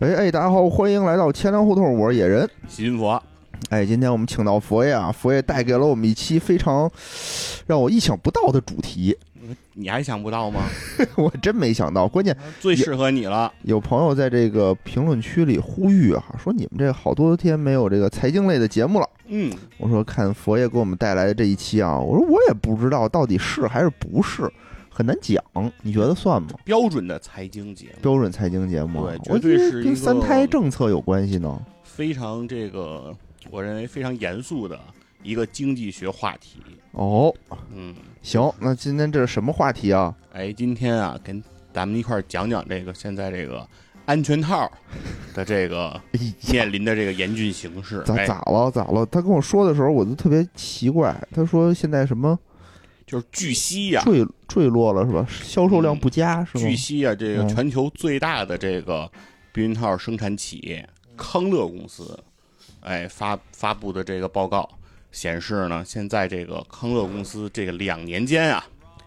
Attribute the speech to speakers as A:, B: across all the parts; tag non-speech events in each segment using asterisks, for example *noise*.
A: 喂，哎，大家好，欢迎来到千粮胡同，我是野人。
B: 喜云佛，
A: 哎，今天我们请到佛爷啊，佛爷带给了我们一期非常让我意想不到的主题， *laughs*
B: 你还想不 *laughs* 到吗？
A: 我真没想到。关键
B: 最适合你了，
A: 有朋友在这个评论区里呼吁啊，说你们这好多天没有这个财经类的节目了。
B: 嗯，
A: 我说看佛爷给我们带来的这一期啊，我说我也不知道到底是还是不是，很难讲。你觉得算吗？
B: 标准的财经节目，
A: 标准财经节目啊，
B: 对
A: 我
B: 绝对
A: 觉得
B: 是一
A: 跟
B: 个
A: 三胎政策有关系呢。
B: 非常这个，我认为非常严肃的一个经济学话题。
A: 哦，
B: 嗯，
A: 行，那今天这是什么话题啊？
B: 哎，今天啊，跟咱们一块儿讲讲这个现在这个安全套的这个
A: 哎呀
B: 面临的这个严峻形势。
A: 咋
B: 哎，
A: 咋了咋了？他跟我说的时候，我就特别奇怪。他说现在什么
B: 就是据悉呀、
A: 坠坠落了是吧？销售
B: 嗯
A: 量不佳是吗
B: 据？悉呀、这个
A: 嗯
B: 全球最大的这个避孕套生产企业康乐公司，哎发发布的这个报告显示呢，现在这个康乐公司这个两年间啊，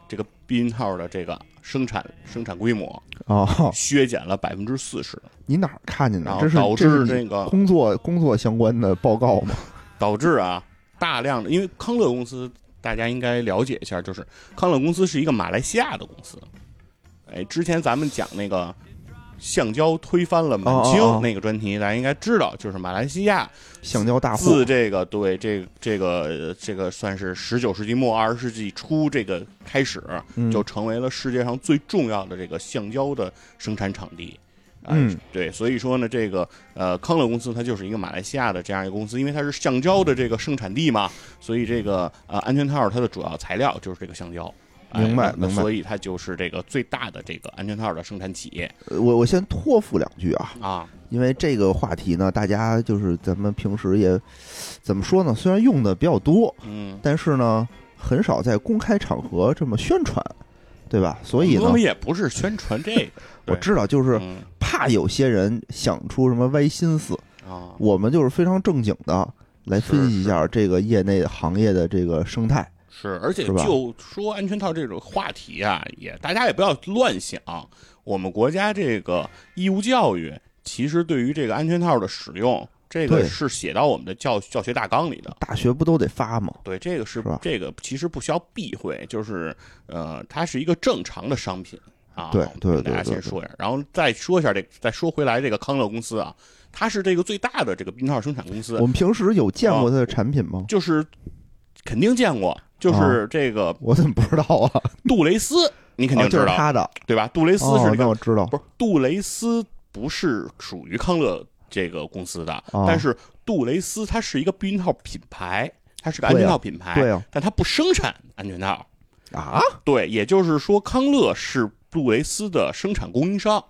B: 这个避孕套的这个生产生产规模
A: *laughs* 哦，
B: 削减了百分之四十，
A: 你哪儿看见
B: 然
A: 的？
B: 后
A: 嗯这是
B: 啊导
A: 这是
B: 致
A: 你
B: 这个
A: 工作工作相关的报告吗？
B: 导致啊大量的，因为康乐公司大家应该了解一下，就是康乐公司是一个马来西亚的公司，哎，之前咱们讲那个橡胶推翻了满清
A: 哦哦哦
B: 那个专题，大家应该知道，就是马来西亚
A: 橡胶大户
B: 自这个对这个这个呃这个算是十九世纪末二十世纪初这个开始，
A: 嗯
B: 就成为了世界上最重要的这个橡胶的生产场地。哎
A: 嗯，
B: 对，所以说呢，这个呃康乐公司它就是一个马来西亚的这样一个公司，因为它是橡胶的这个生产地嘛，所以这个呃安全套它的主要材料就是这个橡胶。哎
A: 明白
B: 那
A: 明白
B: 所以它就是这个最大的这个安全套的生产企业
A: 呃我我先托付两句啊，
B: 啊。
A: 因为这个话题呢，大家就是咱们平时也怎么说呢？虽然用的比较多，
B: 嗯，
A: 但是呢，很少在公开场合这么宣传，对吧？所以呢
B: 我，们也不是宣传这个，
A: 我
B: 嗯对
A: 知道就是
B: 嗯
A: 怕有些人想出什么歪心思，
B: 啊，
A: 我们就是非常正经的来分
B: 是
A: 析一下这个业内行业的这个生态。
B: 是，而且
A: 是吧
B: 就说安全套这种话题啊，也大家也不要乱想。我们国家这个义务教育，其实对于这个安全套的使用，这个
A: 对
B: 是写到我们的教教学大纲里的。
A: 大学不都得发吗？
B: 对，这个是
A: 是吧
B: 这个其实不需要避讳，就是呃，它是一个正常的商品啊。
A: 对对
B: 我们给大家
A: 对对
B: 先
A: 对
B: 说一下，然后再说一下这个，再说回来这个康乐公司啊，它是这个最大的这个避孕套生产公司
A: 我，们平时有见过它的产品吗？ *laughs*
B: 就是肯定见过，就是这个
A: 我怎么不知道啊？
B: 杜蕾斯，你肯定
A: 啊就
B: 知
A: 是
B: 道。
A: 它的。
B: 对吧？杜蕾斯是
A: 哦
B: 那，个、
A: 那我知道。
B: 不是杜蕾斯不是属于康乐这个公司的，
A: 哦
B: 但是杜蕾斯它是一个避孕套品牌，它是个安
A: 对啊
B: 全套品牌，
A: 对啊，
B: 但它不生产安全套。
A: 啊，
B: 对，也就是说康乐是杜蕾斯的生产供应商，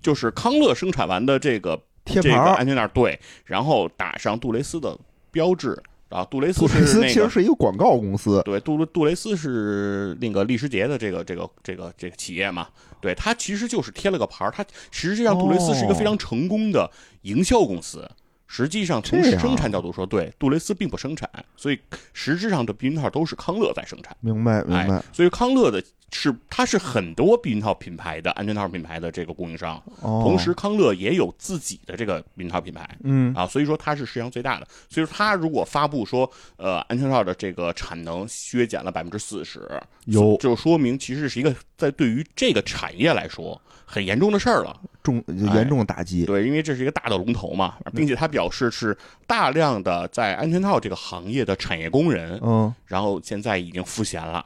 B: 就是康乐生产完的这个
A: 贴
B: 这
A: 牌
B: 个哎
A: 儿。
B: 安全套，对，然后打上杜蕾斯的标志啊，杜蕾斯
A: 杜蕾
B: 是
A: 斯
B: 那
A: 其
B: 个
A: 实是一个广告公司，
B: 对，杜杜蕾斯是那个利时捷的这个这个这个这个企业嘛？对，它其实就是贴了个牌儿。它实际上杜蕾斯是一个非常
A: 哦
B: 成功的营销公司。实际上从
A: 这样啊
B: 生产角度说，对杜蕾斯并不生产，所以实质上的避孕套都是康乐在生产。
A: 明白明白
B: 哎。，所以康乐的是它是很多避孕套品牌的安全套品牌的这个供应商，
A: 哦，
B: 同时康乐也有自己的这个避孕套品牌。
A: 嗯，
B: 啊，所以说它是世界上最大的。所以说它如果发布说，呃，安全套的这个产能削减了百分之四十，
A: 有
B: 就说明其实是一个在对于这个产业来说很严重的事儿了。
A: 重严重打击。
B: 哎对，因为这是一个大的龙头嘛，并且他表示是大量的在安全套这个行业的产业工人，
A: 嗯，
B: 然后现在已经赋闲了，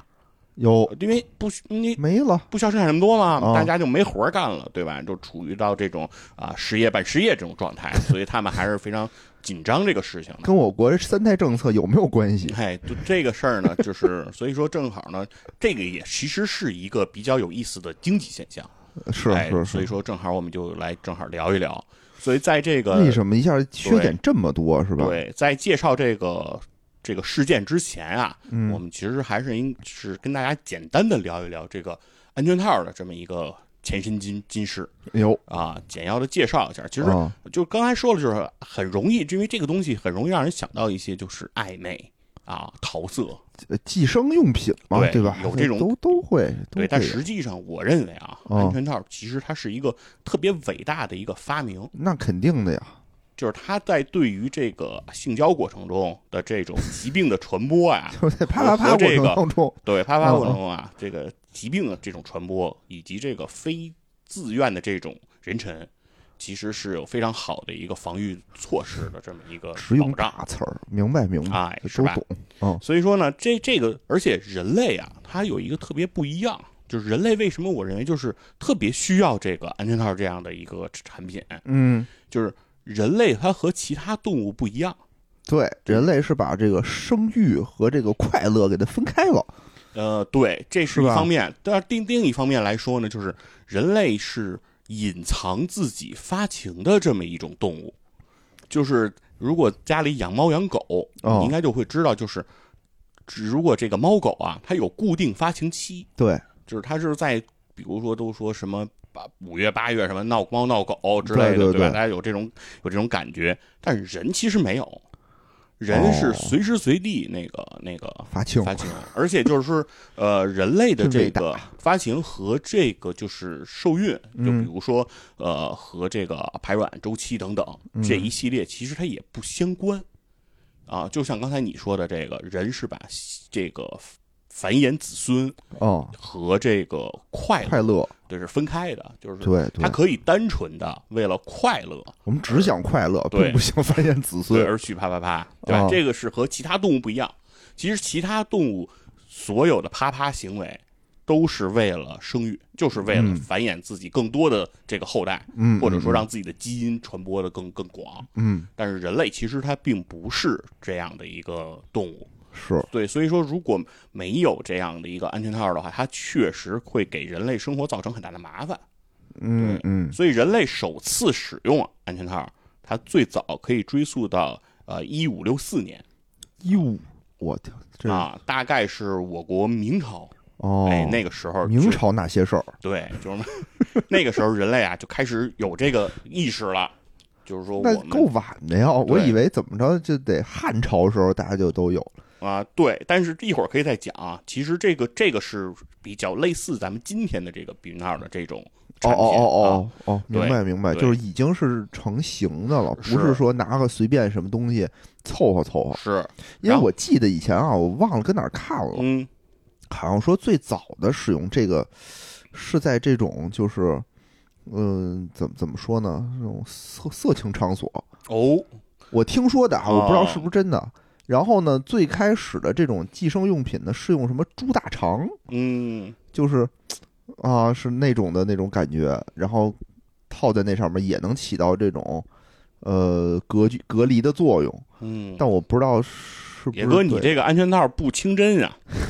A: 有
B: 因为不需你。
A: 没了。
B: 不需要生产这么多嘛，
A: 哦
B: 大家就没活儿干了，对吧？就处于到这种啊、失业半失业这种状态，所以他们还是非常紧张这个事情的。
A: 跟我国三胎政策有没有关系？
B: 哎，就这个事儿呢，就是所以说正好呢，这个也其实是一个比较有意思的经济现象，
A: 是
B: 哎，
A: 是
B: 所以
A: 是。
B: 说正好我们就来正好聊一聊。所以在这个
A: 为什么一下缺点这么多是吧？
B: 对，在介绍这个这个事件之前啊，
A: 嗯
B: 我们其实还是应是跟大家简单的聊一聊这个安全套的这么一个前身今今世
A: 有。
B: 啊，简要的介绍一下。其实
A: 啊
B: 就刚才说了，就是很容易，因为这个东西很容易让人想到一些就是暧昧啊、桃色，
A: 呃计生用品嘛，
B: 对
A: 吧？
B: 有这种
A: 都都会，都
B: 对。
A: 会
B: 但
A: 有
B: 实际上，我认为啊，
A: 哦
B: 安全套其实它是一个特别伟大的一个发明，
A: 那肯定的呀，
B: 就是它在对于这个性交过程中的这种疾病的传
A: *laughs*
B: 播啊，
A: 就在啪啪啪
B: 和
A: 过
B: 这
A: 程
B: 个
A: 当中，
B: 对啪
A: 嗯
B: 啪过程中啊，这个疾病的这种传播以及这个非自愿的这种妊娠，其实是有非常好的一个防御措施的这么一个
A: 实用
B: 呃保障。
A: 大词儿，明白明白，
B: 哎，是
A: 都
B: 吧？
A: 懂。
B: 所以说呢，这这个，而且人类啊，它有一个特别不一样，就是人类为什么我认为就是特别需要这个安全套这样的一个产品，
A: 嗯，
B: 就是人类它和其他动物不一样。
A: 对，人类是把这个生育和这个快乐给它分开了。
B: 呃，对，这是一
A: 是吧
B: 方面，但是另另一方面来说呢，就是人类是隐藏自己发情的这么一种动物，就是如果家里养猫养狗，
A: 哦
B: 你应该就会知道，就是只如果这个猫狗啊，它有固定发情期，
A: 对
B: 就是它是在比如说都说什么八五月八月什么闹猫闹狗之
A: 对
B: 类的，
A: 对对
B: 吧？大家有这种有这种感觉，但是人其实没有，人是
A: 哦
B: 随时随地那个、那个
A: 发情，
B: 发情，而且就是说，呃，人类的
A: 真
B: 这
A: 伟大
B: 个发情和这个就是受孕，就
A: 嗯
B: 比如说呃和这个排卵周期等等
A: 嗯
B: 这一系列，其实它也不相关啊。就像刚才你说的，这个人是把这个繁衍子孙
A: 哦，
B: 和这个快乐
A: 快乐，
B: 对是分开的，就是
A: 对
B: 它
A: 对，
B: 可以单纯的为了快乐
A: 我们只想快乐，
B: 对
A: 并不想繁衍子
B: 对
A: 孙。
B: 而去啪啪啪，对吧？
A: 哦
B: 这个是和其他动物不一样。其实其他动物所有的啪啪行为都是为了生育，就是为了
A: 嗯
B: 繁衍自己更多的这个后代，
A: 嗯，
B: 或者
A: 嗯
B: 说让自己的基因传播的更更广。
A: 嗯
B: 但是人类其实它并不是这样的一个动物，
A: 是
B: 对，所以说如果没有这样的一个安全套的话，它确实会给人类生活造成很大的麻烦。
A: 嗯嗯
B: 所以人类首次使用安全套，它最早可以追溯到呃一五六四年
A: 哟，我天，这
B: 啊，大概是我国明朝，
A: 哦
B: 哎，那个时候
A: 明
B: 就
A: 朝那些事儿，
B: 对，就是 *laughs* 那个时候人类啊就开始有这个意识了，就是说
A: 那
B: 我
A: 够
B: 们
A: 晚的呀！我
B: 对
A: 以为怎么着就得汉朝时候大家就都有了。
B: 啊，对，但是一会儿可以再讲啊，其实这个这个是比较类似咱们今天的这个避孕套的这种
A: 哦
B: 产品
A: 哦
B: 啊
A: 哦哦哦，
B: 对
A: 明白明白，
B: 对
A: 就是已经是成型的了，不
B: 是
A: 是说拿个随便什么东西凑合凑合。
B: 啊是
A: 因为
B: 然后
A: 我记得以前啊，我忘了跟哪儿看了，
B: 嗯
A: 好像说最早的使用这个是在这种就是，嗯，怎么怎么说呢？这种色色情场所，
B: 哦
A: 我听说的啊，我不知道
B: 哦
A: 是不是真的。然后呢，最开始的这种计生用品呢，是用什么猪大肠，
B: 嗯
A: 就是啊、是那种的那种感觉，然后套在那上面也能起到这种呃隔距隔离的作用，
B: 嗯，
A: 但我不知道是不是
B: 野哥你
A: 对
B: 这个安全套不清真啊。 *laughs*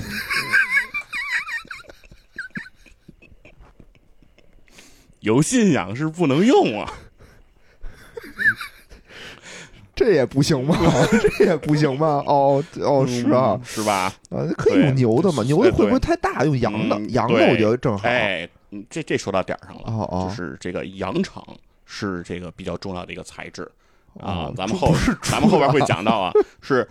B: 有信仰是不能用啊！
A: 这也不行吧？ *laughs* 这也不行吧？哦哦，是啊
B: 嗯，是吧？
A: 啊，可以用牛的嘛？
B: 对
A: 牛的会
B: 对
A: 不会太大？用羊的，
B: 嗯
A: 羊的
B: 对
A: 我觉得正好。
B: 哎，嗯这这说到点儿上了，
A: 哦哦，
B: 就是这个羊肠是这个比较重要的一个材质啊
A: 哦。
B: 咱们
A: 这
B: 后
A: 不是
B: 咱们后边
A: 猪
B: 会
A: 啊
B: 讲
A: *laughs*
B: 到啊，是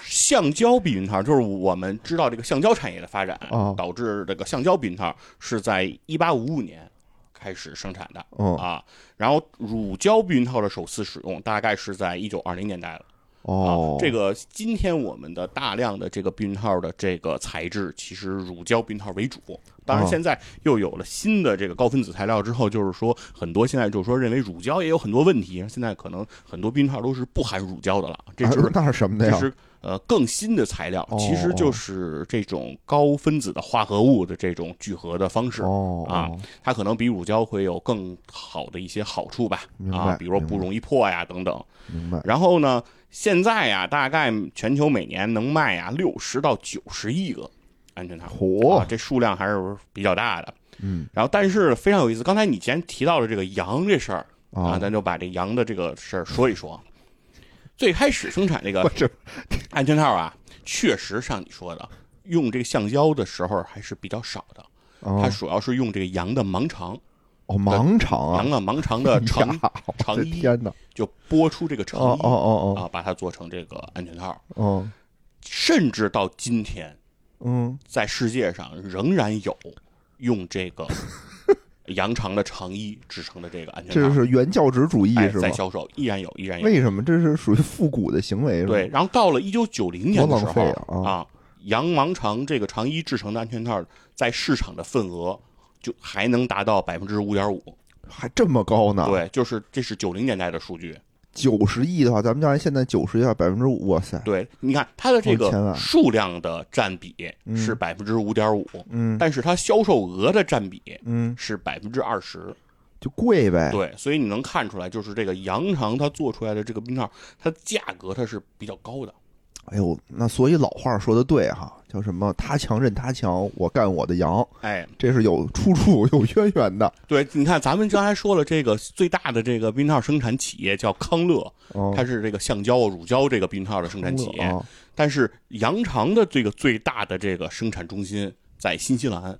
B: 橡胶避孕套，就是我们知道这个橡胶产业的发展
A: 哦，
B: 导致这个橡胶避孕套是在一八五五年开始生产的。
A: 嗯
B: 啊，然后乳胶避孕套的首次使用大概是在一九二零年代了。
A: 哦
B: 啊，，这个今天我们的大量的这个避孕套的这个材质，其实乳胶避孕套为主。当然，
A: 哦
B: 现在又有了新的这个高分子材料之后，就是说很多现在就是说认为乳胶也有很多问题，现在可能很多避孕套都是不含乳胶的了，这就是
A: 啊 *laughs* 那是什么的
B: 这
A: 呀？
B: 是呃更新的材料
A: 哦，
B: 其实就是这种高分子的化合物的这种聚合的方式。
A: 哦
B: 啊
A: 哦
B: 它可能比乳胶会有更好的一些好处吧
A: 明，白
B: 啊，比如说
A: 明
B: 不
A: 白
B: 容易破呀等等。
A: 明白。
B: 然后呢，现在呀，大概全球每年能卖呀六十到九十亿个安全套，
A: 嚯
B: 啊这数量还是比较大的。
A: 嗯
B: 然后，但是非常有意思，刚才你既然提到了这个羊这事儿啊，
A: 啊，
B: 咱就把这羊的这个事儿说一说。最开始生产这个
A: 我
B: *laughs*
A: 这
B: 安全套啊，确实像你说的，用这个橡胶的时候还是比较少的，它
A: 哦
B: 主要是用这个羊的盲肠。
A: 哦盲肠啊哎
B: 羊，啊盲肠的肠
A: *laughs* 呀我
B: 肠
A: 的
B: 衣
A: 天哪！
B: 就剥出这个肠
A: 哦哦
B: 衣
A: 哦
B: 啊，把它做成这个安全套。
A: 哦哦，
B: 甚至到今天，
A: 嗯，
B: 在世界上仍然有用这
A: *laughs*
B: 个羊肠的肠衣制成的这个安全
A: 这
B: 套，
A: 是原教旨主义
B: 哎
A: 是
B: 在
A: 吗？
B: 销售，依然有，依然有。
A: 为什么这是属于复古的行为？是吧
B: 对，，然后到了一九九零年的时
A: 多
B: 候
A: 浪费啊
B: 羊毛肠这个肠衣制成的安全套在市场的份额就还能达到百分之五点五，
A: 还这么高呢？，
B: 对，就是这是九零年代的数据。
A: 九十亿的话，咱们就按现在九十亿的话，百分之五，哇塞，
B: 对，你看它的这
A: 哦千
B: 个
A: 万
B: 数量的占比是百分之五点五，
A: 嗯
B: 但是它销售额的占比
A: 嗯，哎
B: 是百分之二十。
A: 就贵呗。
B: 对，所以你能看出来，就是这个羊肠它做出来的这个冰套，它价格它是比较高的。
A: 哎呦，那所以老话说的对哈，叫什么“他强任他强，我干我的羊
B: 哎，”，
A: 这是有出处、有渊源的。
B: 对，你看咱们刚才说了，这个最大的这个避孕套生产企业叫康乐，
A: 哦，
B: 它是这个橡胶、乳胶这个避孕套的生产企业。
A: 啊，
B: 但是羊肠的这个最大的这个生产中心在新西兰，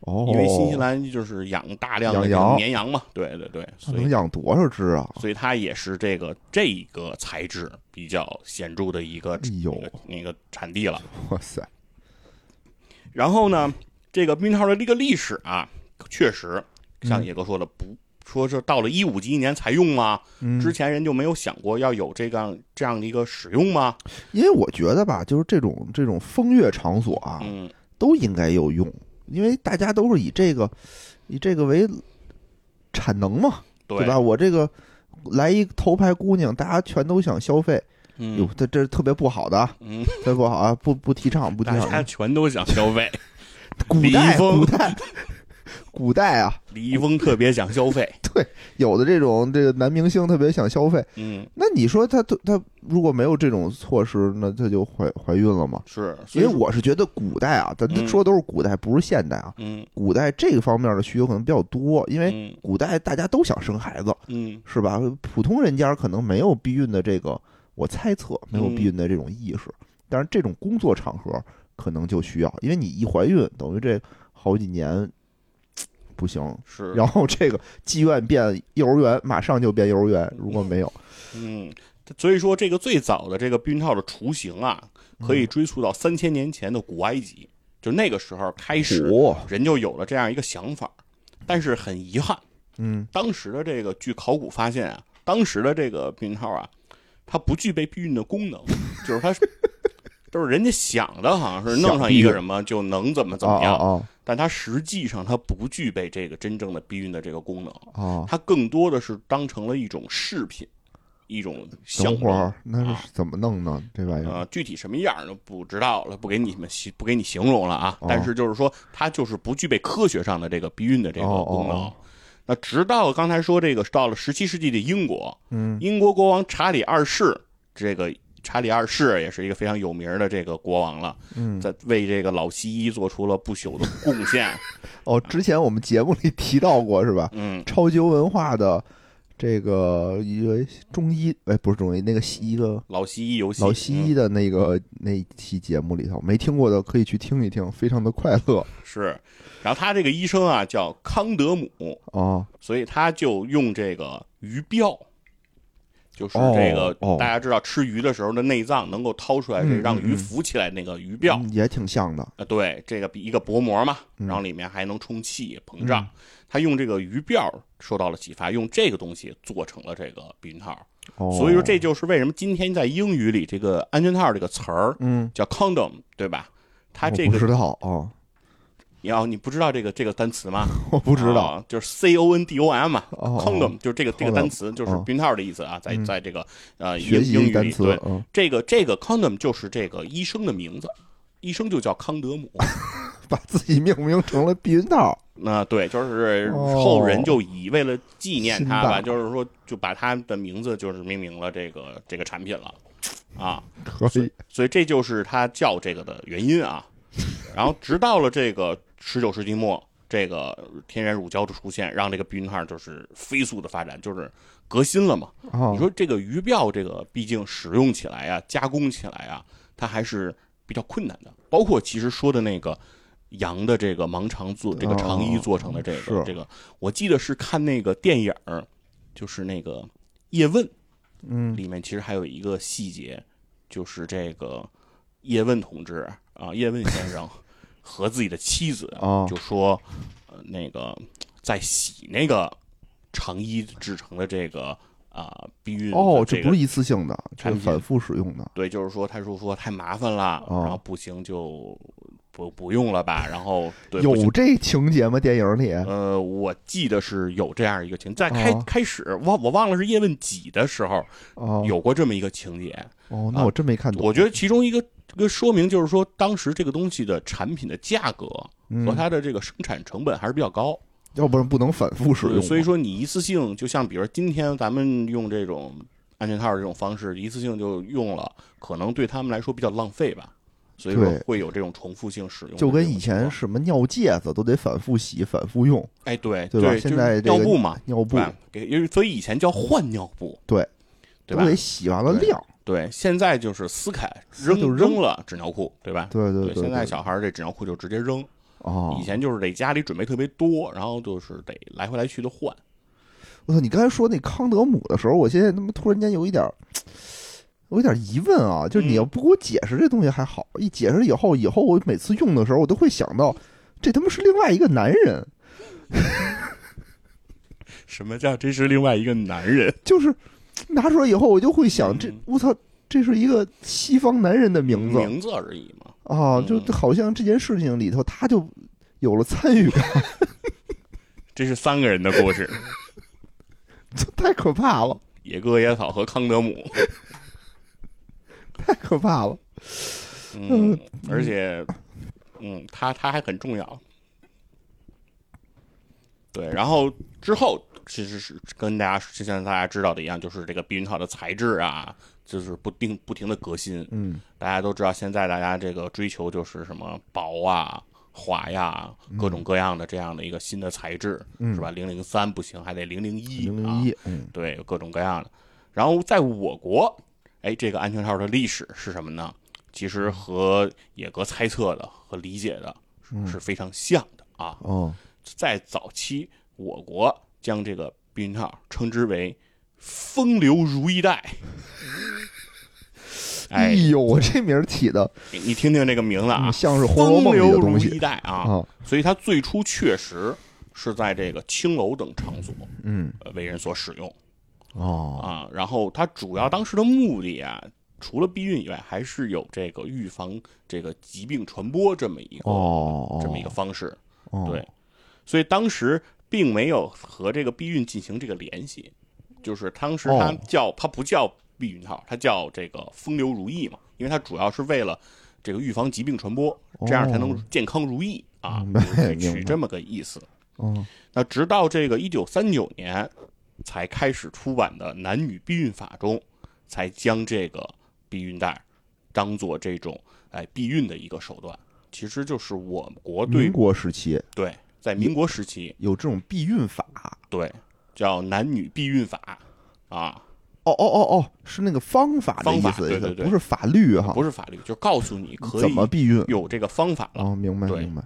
A: 哦，
B: 因为新西兰就是养大量
A: 养
B: 的这个
A: 羊
B: 绵羊嘛，对对对，
A: 它
B: 所
A: 能
B: 以
A: 养多少只啊？
B: 所以它也是这个这个材质比较显著的一个
A: 哎
B: 那
A: 呦，
B: 个那个产地了。
A: 哇塞，
B: 然后呢，这个避孕套的这个历史啊，确实
A: 嗯
B: 像野哥说的，不说是到了一五一年才用吗？
A: 嗯，
B: 之前人就没有想过要有这样这样的一个使用吗？
A: 因为我觉得吧，就是这种这种风月场所啊，
B: 嗯，
A: 都应该有用，因为大家都是以这个以这个为产能嘛，
B: 对
A: 吧？？我这个来一头牌姑娘，大家全都想消费，哟
B: 嗯，，
A: 这这是特别不好的，啊，
B: 嗯
A: 特别不好啊，不不提倡，不提
B: 大家
A: 倡。
B: 全都想消费。
A: 古
B: 李易
A: 代
B: 峰
A: 古代 *laughs* 古代啊，
B: 李易峰特别想消费，
A: 有的这种这个男明星特别想消费，
B: 嗯，
A: 那你说他他他如果没有这种措施，那他就怀怀孕了吗？
B: 是，所
A: 因
B: 以
A: 为
B: 说，
A: 我是觉得古代啊，咱
B: 嗯
A: 说都是古代，不是现代啊。
B: 嗯，
A: 古代这个方面的需求可能比较多，因为
B: 嗯
A: 古代大家都想生孩子，
B: 嗯，
A: 是吧？普通人家可能没有避孕的这个，我猜测没有避孕的这种意识，但是这种工作场合可能就需要，因为你一怀孕，等于这好几年嘖不行，
B: 是，
A: 然后这个妓院变幼儿园，马上就变幼儿园，如果没有，
B: 嗯，所以说这个最早的这个避孕套的雏形啊， *laughs*
A: 嗯
B: 可以追溯到三千年前的古埃及，就那个时候开始，
A: 苦，
B: 人就有了这样一个想法，但是很遗憾，
A: 嗯，
B: 当时的这个据考古发现啊，当时的这个避孕套啊，它不具备避孕的
A: *laughs*
B: 功能，就是它是都是人家想的，好像是弄上一个什么就能怎么怎
A: 啊
B: 么
A: 啊
B: 样，
A: 啊
B: 但它实际上它不具备这个真正的避孕的这个功能，
A: 啊，
B: 它更多的是当成了一种饰品，一种象
A: 等会
B: 征。
A: 儿那
B: 啊
A: 是怎么弄呢？这玩意儿，
B: 呃，具体什么样儿就不知道了，不给你们形不给你形容了啊。
A: 哦
B: 但是就是说，它就是不具备科学上的这个避孕的这个
A: 哦哦
B: 功能
A: 哦。
B: 那直到刚才说这个，到了十七世纪的英国，
A: 嗯
B: 英国国王查理二世，这个查理二世也是一个非常有名儿的这个国王了，
A: 嗯，
B: 在为这个老西医做出了不朽的贡献。
A: *laughs* 哦，之前我们节目里提到过是吧？
B: 嗯，
A: 超级文化的这个一个中医，哎，不是中医，那个西一个
B: 老西嗯医游戏，
A: 老西医的那个、那一期节目里头，没听过的可以去听一听，非常的快乐
B: 嗯是。然后他这个医生啊叫康德姆，
A: 啊。
B: 所以他就用这个鱼鳔，就是
A: 哦
B: 这个
A: 哦
B: 大家知道吃鱼的时候的内脏能够掏出来，这
A: 嗯
B: 让鱼
A: 嗯嗯
B: 浮起来那个鱼鳔
A: 嗯也挺像的，
B: 啊，对，这个比一个薄膜嘛，
A: 嗯
B: 然后里面还能充气膨胀。他用这个鱼鳔受到了启发，用这个东西做成了这个避孕套。
A: 哦、
B: 所以说，这就是为什么今天在英语里这个安全套这个词儿
A: 嗯，
B: 叫 condom，对吧？它这
A: 我不
B: 个啊
A: 知道哦，
B: 你要你不知道这个这个单词吗？
A: *laughs* 我不知道
B: 啊就是 C O N D O M 嘛，
A: 哦
B: condom 就是这个这个
A: condom，
B: 单词，就是
A: 哦
B: 避孕套的意思啊，在
A: 嗯
B: 在这个呃英
A: 学习
B: 英
A: 一
B: 语
A: 单
B: 里，
A: 词
B: 对，
A: 嗯，
B: 这个这个 condom 就是这个医生的名字，医生就叫康
A: *laughs*
B: 德姆。
A: 把自己命名成了避孕套，
B: 那对，就是
A: 哦
B: 后人就以为了纪念他吧，
A: 辛巴
B: 就是说就把他的名字就是命名了这个这个产品了啊，
A: 可以，
B: 所以这就是他叫这个的原因啊。然后直到了这个十九世纪末，这个天然乳胶的出现，让这个避孕套就是飞速的发展，就是革新了嘛。
A: 啊
B: 你，说这个鱼鳔，这个毕竟使用起来啊，加工起来啊，它还是比较困难的。包括其实说的那个羊的这个盲肠做这个肠衣做成的这个、
A: 哦是
B: 这个，我记得是看那个电影儿，就是那个《叶问》
A: 嗯
B: 里面，其实还有一个细节，就是这个。叶问同志啊，叶问先生 *laughs* 和自己的妻子啊
A: 哦
B: 就说，呃，那个在洗那个长衣制成的这个啊、避孕的
A: 哦，
B: 这
A: 这
B: 个
A: 不是一次性的，这
B: 产
A: 是
B: 品
A: 反复使用的。
B: 对，就是说他说说太麻烦了，
A: 哦
B: 然后不行就不不用了吧，
A: *laughs*
B: 然后对不行
A: 有这情节吗？电影里？啊
B: 呃，我记得是有这样一个情，在开、
A: 哦
B: 开始忘我忘了是叶问几的时候
A: 哦，
B: 有过这么一个情节，
A: 哦，那我真没看懂。
B: 我觉得其中一个一个说明就是说，当时这个东西的产品的价格
A: 嗯
B: 和它的这个生产成本还是比较高，
A: 要不然不能反复使用
B: 对
A: 嘛。
B: 所以说你一次性就像比如说今天咱们用这种安全套这种方式，一次性就用了，可能对他们来说比较浪费吧，所以说
A: 对
B: 会有这种重复性使用的这
A: 就
B: 种情况，
A: 跟以前什么尿戒指都得反复洗、反复用，
B: 哎对
A: 对吧
B: 就是
A: 现在这个
B: 尿布嘛，
A: 尿布
B: 对吧给因为所以以前叫换尿布，
A: 对
B: 对
A: 都
B: 吧？
A: 得洗完了晾。
B: 对，现在就是撕开
A: 撕
B: 扔
A: 就扔
B: 扔了纸尿裤，对吧？
A: 对对对，
B: 现在
A: 对
B: 小孩儿这纸尿裤就直接扔，
A: 哦
B: 以，前就是得家里准备特别多，然后就是得来回来去的换。
A: 我操！你刚才说那康德姆的时候，我现在他妈突然间有一点儿，我有点疑问啊，就是你
B: 嗯
A: 要不给我解释这东西还好，一解释以后，以后我每次用的时候，我都会想到这他妈是另外一个男人，
B: 什么叫这是另外一个男人？
A: 就是拿出来以后，我就会想，这
B: 嗯
A: 我操，这是一个西方男人的名字
B: 名字而已嘛。
A: 啊，就
B: 嗯
A: 好像这件事情里头他就有了参与感， *laughs*
B: 这是三个人的故事，
A: 这太可怕了，
B: 野哥、野草和康德姆。
A: 太可怕了。
B: 嗯，而且，嗯，他他还很重要。对，然后之后其实是跟大家就像大家知道的一样，就是这个避孕套的材质啊，就是不定不停的革新。
A: 嗯，
B: 大家都知道，现在大家这个追求就是什么薄啊、滑呀，各种各样的这样的一个新的材质，
A: 嗯
B: 是吧？零零三不行，还得零零一，啊
A: 零零一，嗯，
B: 对，有各种各样的。然后在我国，哎，这个安全套的历史是什么呢？其
A: 嗯
B: 实和野哥猜测的和理解的
A: 嗯
B: 是是非常像的啊。
A: 哦，
B: 在早期，我国将这个避孕套称之为“风流如
A: *laughs*
B: 意带”。
A: 哎
B: 哎，
A: 呦，我这名儿起的
B: 你你听听这个名字啊，
A: 嗯像是《红楼梦》里的东
B: 风流如
A: 西
B: 意带啊，
A: 啊，
B: 所以它最初确实是在这个青楼等场所
A: 嗯，
B: 呃为人所使用。
A: 哦，
B: 啊，然后它主要当时的目的啊，除了避孕以外，还是有这个预防这个疾病传播这么一个、
A: 哦，
B: 啊这么一个方式。
A: 哦，
B: 对，所以当时并没有和这个避孕进行这个联系，就是当时它
A: 哦
B: 叫、它不叫避孕套，它叫这个风流如意嘛，因为它主要是为了这个预防疾病传播，这样才能健康如意、啊
A: 明 *laughs* 白，
B: 就是
A: 哦嗯明
B: 取
A: 白
B: 这么个意思。
A: 哦，
B: 那直到这个一九三九年才开始出版的《男女避孕法》中，才将这个避孕带当做这种哎避孕的一个手段。其实就是我国哦对
A: 民国时期
B: 对在民国时期
A: 有这种避孕法，
B: 对叫《男女避孕法》啊，
A: 哦哦哦哦，是那个方法的
B: 方
A: 意
B: 法
A: 思，
B: 对对对
A: 不是法律哈，
B: 不是法律，就告诉你可
A: 啊怎
B: 以
A: 么避孕？
B: 有这个方法了。
A: 哦，明白
B: 对
A: 明白，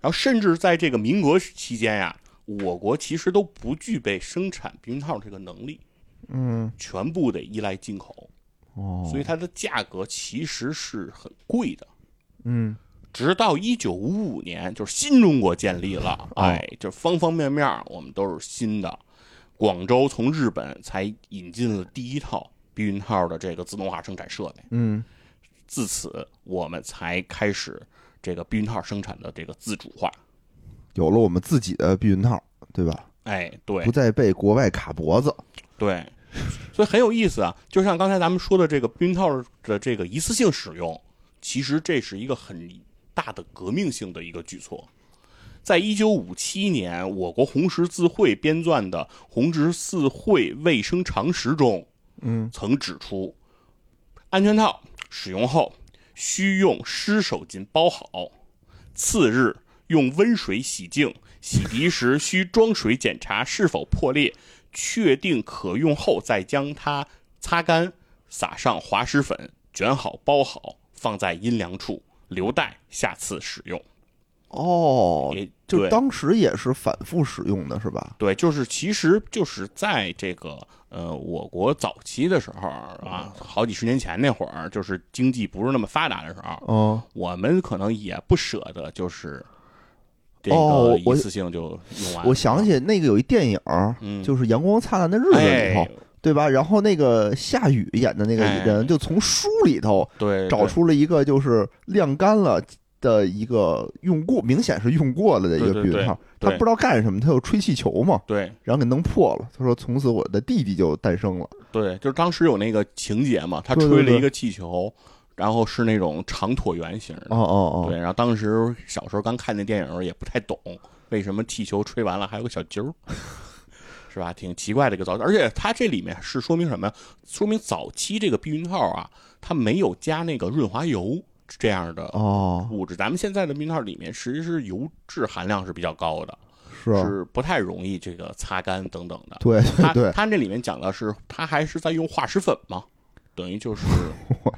B: 然后甚至在这个民国期间呀、我国其实都不具备生产避孕套这个能力，
A: 嗯，
B: 全部得依赖进口。
A: 哦，
B: 所以它的价格其实是很贵的。
A: 嗯，
B: 直到一九五五年，就是新中国建立了，
A: 哦
B: 哎，就方方面面我们都是新的。广州从日本才引进了第一套避孕套的这个自动化生产设备，
A: 嗯，
B: 自此我们才开始这个避孕套生产的这个自主化。
A: 有了我们自己的避孕套，对吧？
B: 哎，对
A: 不再被国外卡脖子，
B: 对，所以很有意思啊。就像刚才咱们说的这个避孕套的这个一次性使用，其实这是一个很大的革命性的一个举措。在一九五七年，我国红十字会编撰的《红十字会卫生常识》中，
A: 嗯，
B: 曾指出，安全套使用后需用湿手巾包好，次日用温水洗净，洗涤时需装水检查是否破裂，确定可用后再将它擦干，撒上滑石粉，卷好包好，放在阴凉处留待下次使用。
A: 哦，
B: 也
A: 就
B: 对
A: 当时也是反复使用的是吧？
B: 对，就是其实就是在这个呃我国早期的时候啊，好几十年前那会儿，就是经济不是那么发达的时候，
A: 嗯，
B: 我们可能也不舍得，就是这
A: 哦
B: 个
A: 我
B: 一次性就用完。
A: 我想
B: 起，
A: 起那个有一电影儿，
B: 嗯，
A: 就是《阳光灿烂的日子》里头
B: 哎，、
A: 对吧？然后那个夏雨演的那个
B: 哎
A: 人，就从书里头
B: 对
A: 找
B: 对
A: 出了一个就是晾干了的一个用过，明显是用过了的一个
B: 对
A: 避
B: 对
A: 孕套。他
B: 对
A: 不知道干什么，他就吹气球嘛，
B: 对
A: 然后给弄破了。他说：“从此我的弟弟就诞生了。
B: 对，就是当时有那个情节嘛，他
A: 对
B: 吹
A: 对
B: 了
A: 对
B: 一个气球，然后是那种长椭圆形”的。
A: 哦哦哦，
B: 对，然后当时小时候刚看那电影的时候也不太懂，为什么气球吹完了还有个小揪儿， *laughs* 是吧？挺奇怪的一个造型。而且它这里面是说明什么呀？说明早期这个避孕套啊，它没有加那个润滑油这样的
A: 哦，
B: 物质。咱们现在的避孕套里面，其实是油脂含量是比较高的，
A: 是啊
B: 是不太容易这个擦干等等的。
A: 对
B: 它
A: 对对，
B: 它这里面讲的是，它还是在用化石粉嘛，等
A: *laughs*
B: 于就是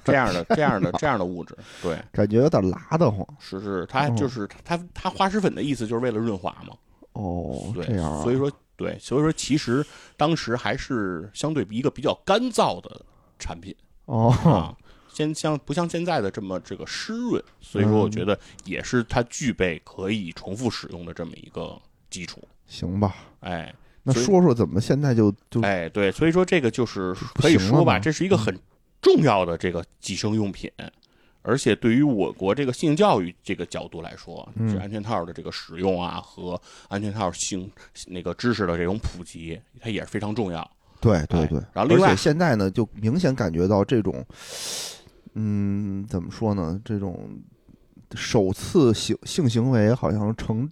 B: 这样的、这样的、这样的物质，对。
A: 感觉有点拉得慌。
B: 是是，它
A: 哦
B: 就是它它花石粉的意思就是为了润滑嘛，
A: 哦，
B: 对
A: 这样啊，，
B: 所以说对，所以说其实当时还是相对一个比较干燥的产品
A: 哦，
B: 啊，先像不像现在的这么这个湿润，所以说
A: 嗯
B: 我觉得也是它具备可以重复使用的这么一个基础，
A: 行吧。
B: 哎
A: 那
B: 所以
A: 说说怎么现在就就
B: 哎对，所以说这个就是
A: 不
B: 可以
A: 行了嗯
B: 说吧，
A: 吗
B: 这是一个很重要的这个计生用品。而且对于我国这个性教育这个角度来说，
A: 嗯
B: 这安全套的这个使用啊和安全套性那个知识的这种普及，它也是非常重要。
A: 对对
B: 哎
A: 对，
B: 然后另外
A: 而且现在呢，就明显感觉到这种，嗯，怎么说呢？这种首次性性行为好像成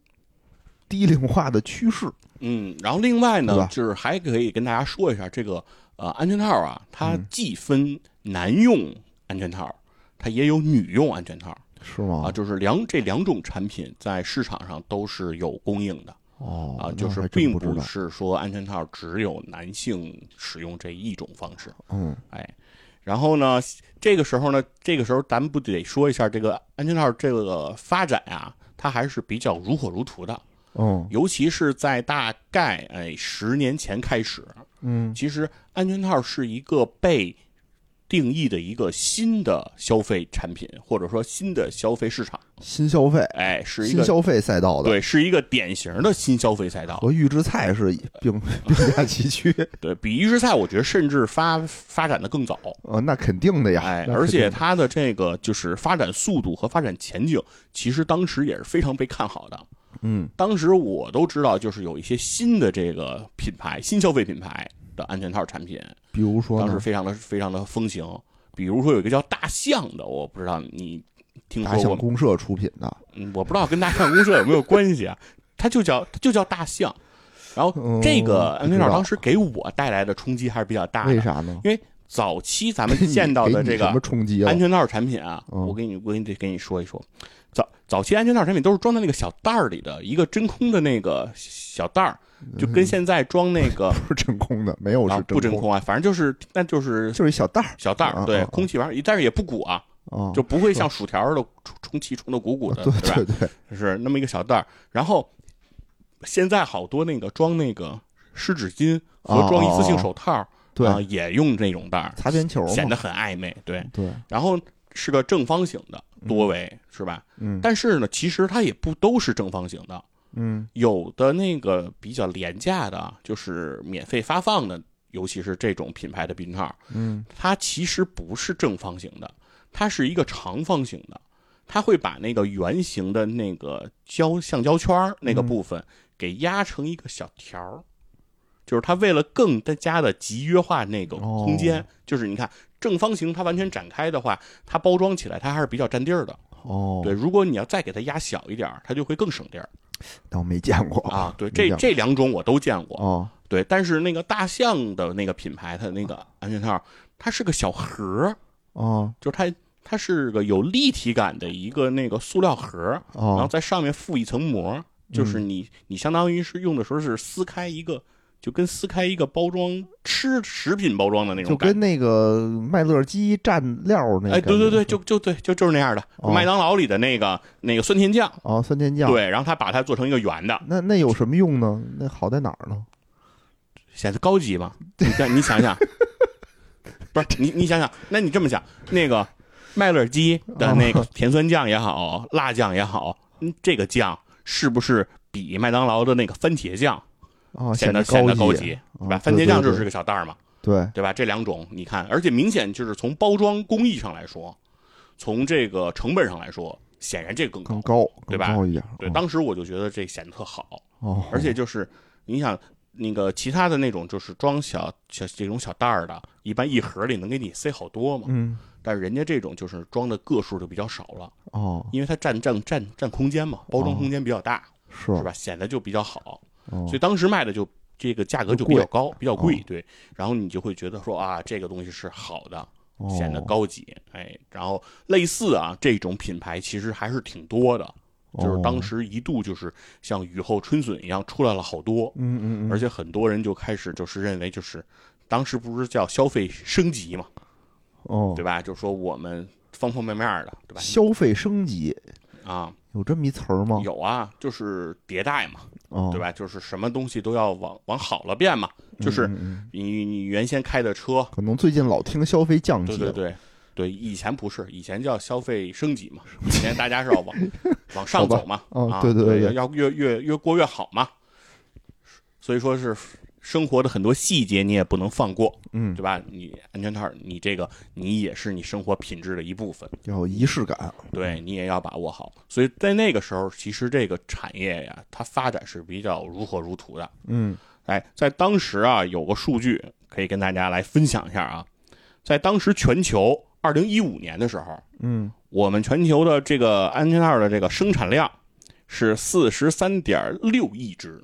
A: 低龄化的趋势。
B: 嗯，然后另外
A: 对
B: 呢
A: 吧，
B: 就是还可以跟大家说一下，这个呃安全套啊，它
A: 嗯
B: 既分男用安全套，它也有女用安全套
A: 是吗？
B: 啊，就是两这两种产品在市场上都是有供应的。
A: 哦，
B: 啊，
A: 那
B: 就
A: 我
B: 是
A: 还真
B: 并
A: 不知
B: 不
A: 道。
B: 是说安全套只有男性使用这一种方式，
A: 嗯，
B: 哎，然后呢，这个时候呢，这个时候咱们不得说一下这个安全套这个发展啊，它还是比较如火如荼的，
A: 嗯
B: 尤其是在大概哎十年前开始，
A: 嗯，
B: 其实安全套是一个被定义的一个新的消费产品，或者说新的消费市场，
A: 新消费，
B: 哎，是一
A: 新
B: 个
A: 消费赛道的，
B: 对，是一个典型的新消费赛道。
A: 和预制菜是
B: *laughs*
A: 并并驾齐驱。
B: 对比预制菜，我觉得甚至发发展的更早，
A: 呃，那肯定的呀。
B: 哎，
A: 那
B: 而
A: 肯定
B: 且
A: 的
B: 它的这个就是发展速度和发展前景，其实当时也是非常被看好的。
A: 嗯，
B: 当时我都知道，就是有一些新的这个品牌、新消费品牌的安全套产品，
A: 比如说
B: 当时
A: 呢，
B: 非常的非常的风行。比如说有一个叫大象的，我不知道你听
A: 大
B: 说
A: 象
B: 过吗？
A: 公社出品的，
B: 嗯我不知道跟大象公社有没有关系啊？ *laughs* 它就叫它就叫大象。然后这
A: 嗯
B: 个安全套
A: 不知道
B: 当时给我带来的冲击还是比较大的
A: 为。啥呢？
B: 早期咱们
A: 给你
B: 见到
A: *laughs* 给
B: 的
A: 你
B: 这个
A: 什么冲击啊
B: 安？全套产品啊，
A: 嗯
B: 我给你，我给你得给你说一说。早早期安全套产品都是装在那个小袋儿里的一个真空的那个小袋儿，就跟现在装那个
A: 嗯 *laughs* 不是真空的，没有
B: 啊
A: 是
B: 不真
A: 空，
B: 空啊，反正就是那就是
A: 就是一小袋儿
B: 小袋
A: 啊
B: 儿，对
A: 啊，
B: 空气玩意儿，但是也不鼓啊，
A: 啊，
B: 就不会像薯条儿的充充气充的鼓鼓
A: 啊
B: 的，
A: 对
B: 吧？
A: 对对，
B: 是那么一个小袋儿。然后现在好多那个装那个湿纸巾和装一次性手套儿，
A: 哦对
B: 啊，也用这种袋儿，
A: 擦边球嘛，
B: 显得很暧昧，对。
A: 对，
B: 然后是个正方形的多维，是吧？
A: 嗯
B: 但是呢，其实它也不都是正方形的，
A: 嗯
B: 有的那个比较廉价的啊，就是免费发放的，尤其是这种品牌的避孕套，
A: 嗯，
B: 它其实不是正方形的，它是一个长方形的，它会把那个圆形的那个胶橡胶圈儿那个
A: 嗯
B: 部分给压成一个小条儿。就是它为了更加的集约化那个空间，
A: 哦
B: 就是你看正方形它完全展开的话，它包装起来它还是比较占地儿的。
A: 哦，
B: 对，，如果你要再给它压小一点儿，它就会更省地儿
A: 但我没见过
B: 啊。对，
A: 没
B: 这
A: 见过
B: 这两种我都见过。
A: 哦，
B: 对，但是那个大象的那个品牌，它那个安全套，它是个小盒儿，
A: 哦
B: 就是它它是个有立体感的一个那个塑料盒儿，然后
A: 哦，嗯
B: 在上面附一层膜儿，就是你你相当于是用的时候是撕开一个就跟撕开一个包装吃食品包装的那
A: 就
B: 种感觉。
A: 跟那个麦乐鸡蘸料儿那个感觉，
B: 哎，对对对，就就对，就就是那样的，
A: 哦
B: 麦当劳里的那个那个酸甜酱，
A: 啊，酸甜酱，，
B: 对，然后他把它做成一个圆的，
A: 那那有什么用呢？那好在哪儿呢？
B: 显得高级嘛。你看，你想
A: *laughs*
B: 想，不是你你想想，那你这么想，那个麦乐鸡的那个甜酸酱也好，辣酱也好，嗯，这个酱是不是比麦当劳的那个番茄酱
A: 啊，
B: 显
A: 得
B: 得显得高
A: 高
B: 级，
A: 啊
B: 是
A: 对
B: 吧？番茄酱
A: 对
B: 就是个小袋儿嘛，
A: 对，
B: 对吧？这两种你看，而且明显就是从包装工艺上来说，从这个成本上来说，显然这个更高
A: 更。高，更
B: 对吧
A: 高一点儿，
B: 对，
A: 啊
B: 当时我就觉得这显得特好，
A: 哦，
B: 而且就是你想那个其他的那种就是装小小这种小袋儿的，一般一盒里能给你塞好多嘛，
A: 嗯，
B: 但是人家这种就是装的个数就比较少了，
A: 哦，
B: 因为它占占占占空间嘛，包装空间比较大，
A: 是
B: 是吧？显得就比较好，
A: 哦
B: 所以当时卖的就。这个价格就比较高，比较贵
A: 哦，
B: 对。然后你就会觉得说啊，这个东西是好的，
A: 哦
B: 显得高级，哎。然后类似啊这种品牌其实还是挺多的，就是当，
A: 哦
B: 时一度就是像雨后春笋一样出来了好多，
A: 嗯嗯嗯，
B: 而且很多人就开始就是认为就是当时不是叫消费升级嘛，
A: 哦
B: 对，吧？就说我们方方面面的，对吧？
A: 消费升级
B: 啊，
A: 有这么一词儿吗？
B: 有啊，就是迭代嘛，
A: 哦，
B: 对
A: 吧？
B: 吧？就是什么东西都要往往好了变嘛，就是
A: 嗯嗯
B: 你你原先开的车，
A: 可能最近老听消费降级
B: 对
A: 了，
B: 对对。对，以前不是，以前叫消费升级嘛，以前大家是要
A: *laughs*
B: 往往上走嘛，
A: 哦
B: 啊，
A: 对对对对
B: 要越越越过越好嘛，所以说是生活的很多细节你也不能放过，
A: 嗯
B: 对，吧？你安全套，你这个你也是你生活品质的一部分，
A: 要有仪式感，
B: 对你也要把握好。所以在那个时候，其实这个产业呀，它发展是比较如火如荼的。
A: 嗯，
B: 哎，在当时啊，有个数据可以跟大家来分享一下啊，在当时全球二零一五年的时候，
A: 嗯，
B: 我们全球的这个安全套的这个生产量是四十三点六亿只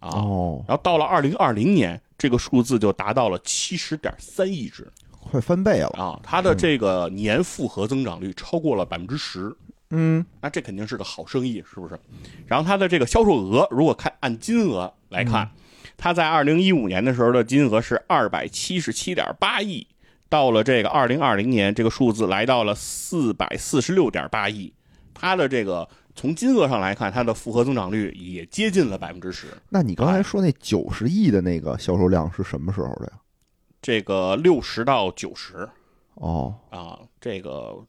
B: 啊，
A: 哦，
B: 然后到了二零二零年，这个数字就达到了七十点三亿只
A: 快翻倍了，
B: 啊，它的这个年复合增长率超过了百分之十，
A: 嗯，
B: 那这肯定是个好生意，是不是？然后它的这个销售额，如果看按金额来看，
A: 嗯
B: 它在二零一五年的时候的金额是二百七十七点八亿，到了这个二零二零年，这个数字来到了四百四十六点八亿，它的这个。从金额上来看，它的复合增长率也接近了百分之十。
A: 那你刚才说
B: 哎
A: 那九十亿的那个销售量是什么时候的呀？
B: 这个六十到九十
A: 哦，
B: 啊，这个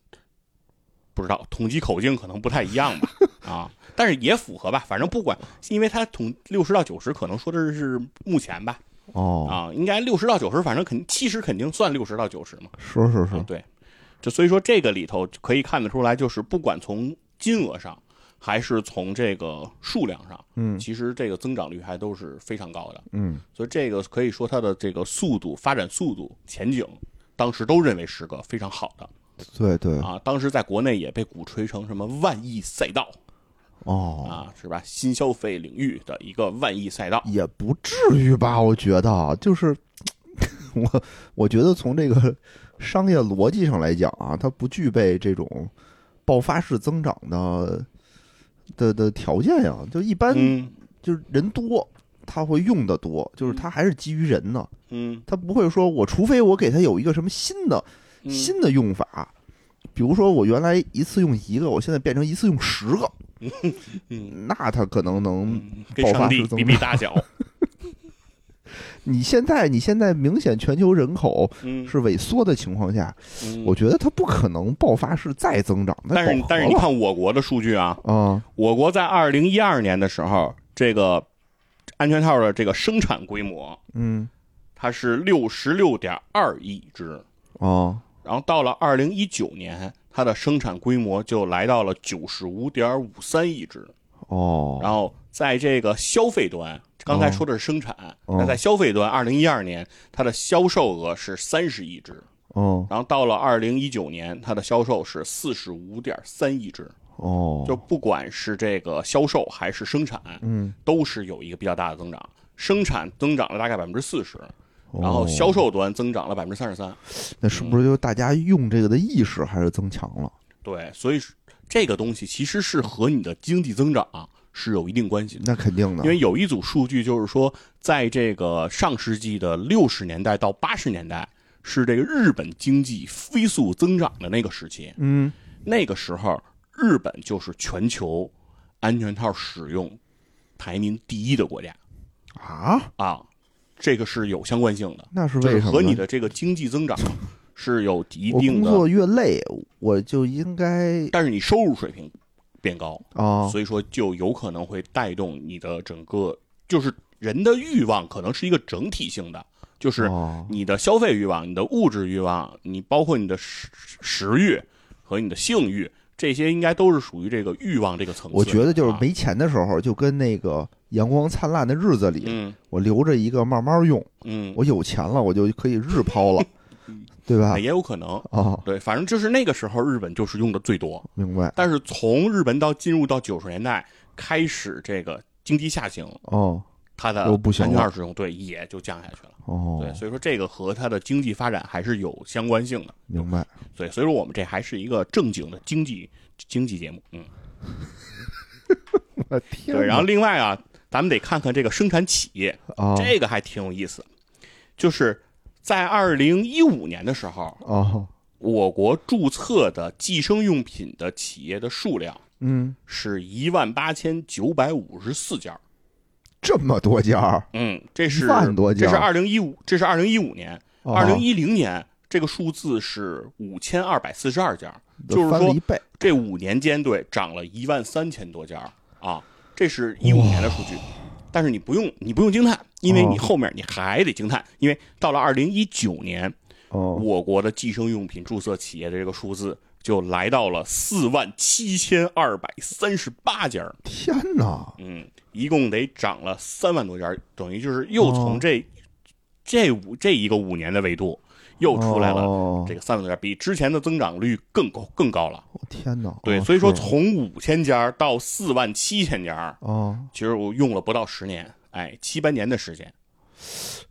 B: 不知道统计口径可能不太一样
A: *laughs*
B: 吧啊，但是也符合吧，反正不管，因为它统六十到九十可能说的是目前吧
A: 哦，
B: 啊，应该六十到九十，反正肯七十肯定算六十到九十嘛，
A: 是是
B: 啊
A: 是，
B: 对，就所以说这个里头可以看得出来，就是不管从金额上还是从这个数量上，
A: 嗯
B: 其实这个增长率还都是非常高的。
A: 嗯，
B: 所以这个可以说它的这个速度、发展速度、前景，当时都认为是个非常好的
A: 对对，
B: 啊。当时在国内也被鼓吹成什么万亿赛道
A: 哦，
B: 啊，是吧？新消费领域的一个万亿赛道。
A: 也不至于吧？我觉得，啊就是 *laughs* 我我觉得从这个商业逻辑上来讲啊，它不具备这种爆发式增长的的的条件呀、就一般
B: 嗯
A: 就是人多，他会用的多，就是他还是基于人呢，
B: 嗯
A: 他不会说我除非我给他有一个什么新的
B: 嗯，
A: 新的用法，比如说我原来一次用一个，我现在变成一次用十个，
B: 嗯
A: *laughs* 那他可能能。
B: 嗯跟上帝
A: 爆发式增
B: 比
A: 长
B: 比
A: *laughs*
B: 大小。
A: 你现在你现在明显全球人口
B: 嗯，
A: 是萎缩的情况下，
B: 嗯
A: 我觉得它不可能爆发式再增长，它
B: 但是
A: 饱和
B: 但是你
A: 了
B: 看我国的数据啊，
A: 啊，
B: 我国在二零一二年的时候，这个安全套的这个生产规模
A: 嗯
B: 它是六十六点二亿只。
A: 啊，
B: 然后到了二零一九年，它的生产规模就来到了九十五点五三亿只。
A: 哦，
B: 然后在这个消费端，刚才说的是生产，
A: 哦
B: 那在消费端，二零一二年它的销售额是三十亿只，
A: 哦
B: 然后到了二零一九年，它的销售是四十五点三亿只。
A: 哦，
B: 就不管是这个销售还是生产，
A: 嗯，
B: 都是有一个比较大的增长。生产增长了大概百分之四十，
A: 哦
B: 然后销售端增长了百分之三十三。
A: 那是不是就是大家用这个的意识还是增强了？
B: 对，所以是这个东西其实是和你的经济增长是有一定关系的。
A: 那肯定的
B: 嗯因，为有一组数据就是说，在这个上世纪的六十年代到八十年代，是这个日本经济飞速增长的那个时期。
A: 嗯，
B: 那个时候，日本就是全球安全套使用排名第一的国家
A: 啊，
B: 啊，这个是有相关性的，
A: 那是
B: 就是
A: 为什么呢？
B: 和你的这个经济增长是有一
A: 我
B: 定
A: 工
B: 的，
A: 作越累，我就应该
B: 但是你收入水平变高，
A: 啊，
B: 所以说就有可能会带动你的整个，就是人的欲望可能是一个整体性的，就是
A: 哦
B: 你的消费欲望、你的物质欲望，你包括你的食食欲和你的性欲，这些应该都是属于这个欲望这个层次。
A: 我觉得就是
B: 啊，
A: 没钱的时候，就跟那个《阳光灿烂的日子》里，
B: 嗯
A: 我留着一个慢慢用。
B: 嗯，
A: 我啊有钱了，我就可以日抛
B: *laughs*
A: 了，对吧
B: 哎？也有可能。
A: 哦，
B: 对，反正就是那个时候日本就是用的最多，
A: 明白。
B: 但是从日本到进入到九十年代开始，这个经济下行，
A: 哦
B: 它的
A: 又不
B: 安
A: 行了
B: 全套使用对也就降下去了。对，
A: 哦，
B: 所以说这个和它的经济发展还是有相关性的。
A: 明
B: *laughs*
A: 白。
B: 对，所以说我们这还是一个正经的经济经济节目。嗯，
A: 我天哪，
B: 对。然后另外啊，咱们得看看这个生产企业，
A: 啊
B: 这个还挺有意思。就是在二零一五年的时候，
A: 哦，
B: 我国注册的计生用品的企业的数量
A: 嗯，
B: 是一万八千九百五十四家。
A: 这么多家儿，
B: 嗯，这是
A: 一万多家
B: 这是二零一五，这是二零一五年，
A: 哦
B: 二零一零年这个数字是五千二百四十二家，
A: 都
B: 就是
A: 翻了
B: 说
A: 一倍。
B: 这五年间对涨了一万三千多家啊，这是一五年的数据。但是你不用你不用惊叹，因为你
A: 哦
B: 后面你还得惊叹，因为到了二零一九年，
A: 哦，
B: 我国的计生用品注册企业的这个数字就来到了四万七千二百三十八家，
A: 天哪！
B: 嗯，一共得涨了三万多家，等于就是又
A: 哦
B: 从这、这五这一个五年的维度又出来了
A: 哦
B: 这个三万多家，比之前的增长率更高更高了。
A: 天哪！
B: 对，
A: 哦
B: 所以说
A: 是
B: 从五千家到四万七千家，
A: 哦，
B: 其实我用了不到十年，哎，七八年的时间。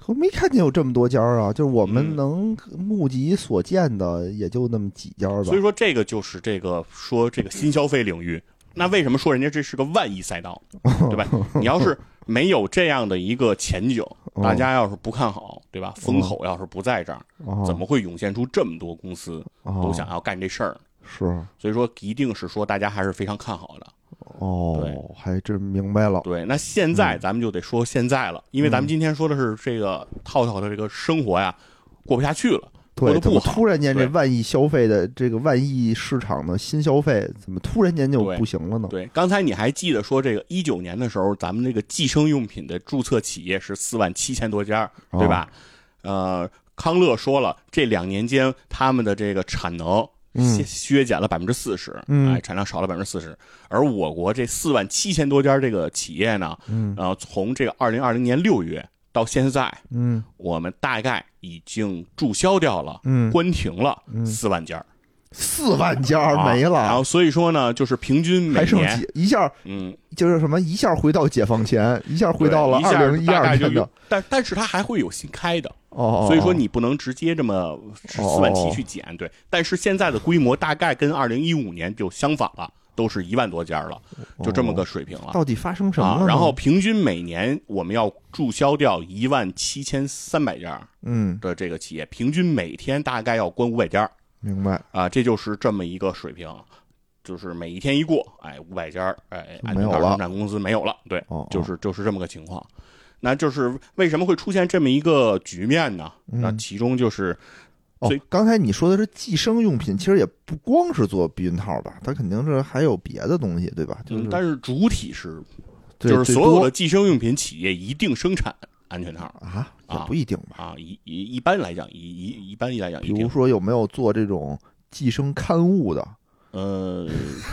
A: 我没看见有这么多家儿啊，就是我们
B: 嗯
A: 能目及所见的也就那么几家儿吧
B: 所以。说这个就是这个说这个新消费领域，那为什么说人家这是个万亿赛道，对吧？你要是没有这样的一个前景，大家要是不看好，对吧？风口要是不在这儿，
A: 哦
B: 怎么会涌现出这么多公司都想要干这事儿？
A: 哦是
B: 所以说一定是说大家还是非常看好的。
A: 哦，
B: 对
A: 还真明白了。
B: 对，那现
A: 嗯
B: 在咱们就得说现在了，因为咱们今天说的是这个套套的这个生活呀，过不下去了，过
A: 对，
B: 得
A: 怎
B: 不
A: 么
B: 好
A: 突。然间这
B: 对
A: 万亿消费的这个万亿市场的新消费，怎么突然间就
B: 对
A: 不行了呢？
B: 对，刚才你还记得说这个一九年的时候，咱们这个计生用品的注册企业是四万七千多家，
A: 哦
B: 对吧？呃，康乐说了，这两年间他们的这个产能
A: 嗯
B: 削削减了百分之四十，
A: 嗯
B: 哎，产量少了百分之四十。而我国这四万七千多家这个企业呢，
A: 嗯
B: 呃，从这个二零二零年六月到现在，
A: 嗯
B: 我们大概已经注销掉了、
A: 嗯，
B: 关停了四万家儿，
A: 四万家儿没
B: 啊然
A: 了，
B: 后所以说呢，就是平均每
A: 还剩
B: 年，
A: 几？一下
B: 嗯，
A: 就是什么？一下回到解放前，一下回
B: 对
A: 到了
B: 一下
A: 二零一
B: 大
A: 二
B: 概就
A: 年的
B: 有，但但是它还会有新开的，
A: 哦。哦
B: 所以说
A: 哦
B: 你不能直接这么四
A: 哦
B: 万七去减，对。但是现在的规模大概跟二零一五年就相仿了，都是一万多家儿了，就这么个水平
A: 哦
B: 了。
A: 到底发生什么了
B: 啊，
A: 呢？
B: 然后平均每年我们要注销掉一万七千三百家
A: 嗯，
B: 的这个企业，平均每天大概要关五百家儿，
A: 明白，
B: 啊，这就是这么一个水平，就是每一天一过，哎，五百家儿，哎，
A: 就
B: 安
A: 没
B: 全
A: 有
B: 套
A: 了
B: 生产公司没有了，对，
A: 哦，
B: 就
A: 哦
B: 是就是这么个情况。那就是为什么会出现这么一个局面呢？那
A: 嗯
B: 其中就是
A: 哦
B: 最，
A: 刚才你说的是计生用品，其实也不光是做避孕套吧，它肯定是还有别的东西，对吧？就
B: 嗯
A: 是，
B: 但是主体是
A: 对
B: 就是
A: 最
B: 所有
A: 多
B: 的计生用品企业一定生产安全套
A: 啊，也
B: 啊
A: 不一定吧。
B: 啊，一一一般来讲，一一一般来讲一
A: 比如
B: 定，
A: 说有没有做这种寄生刊物的？
B: 呃。 *laughs*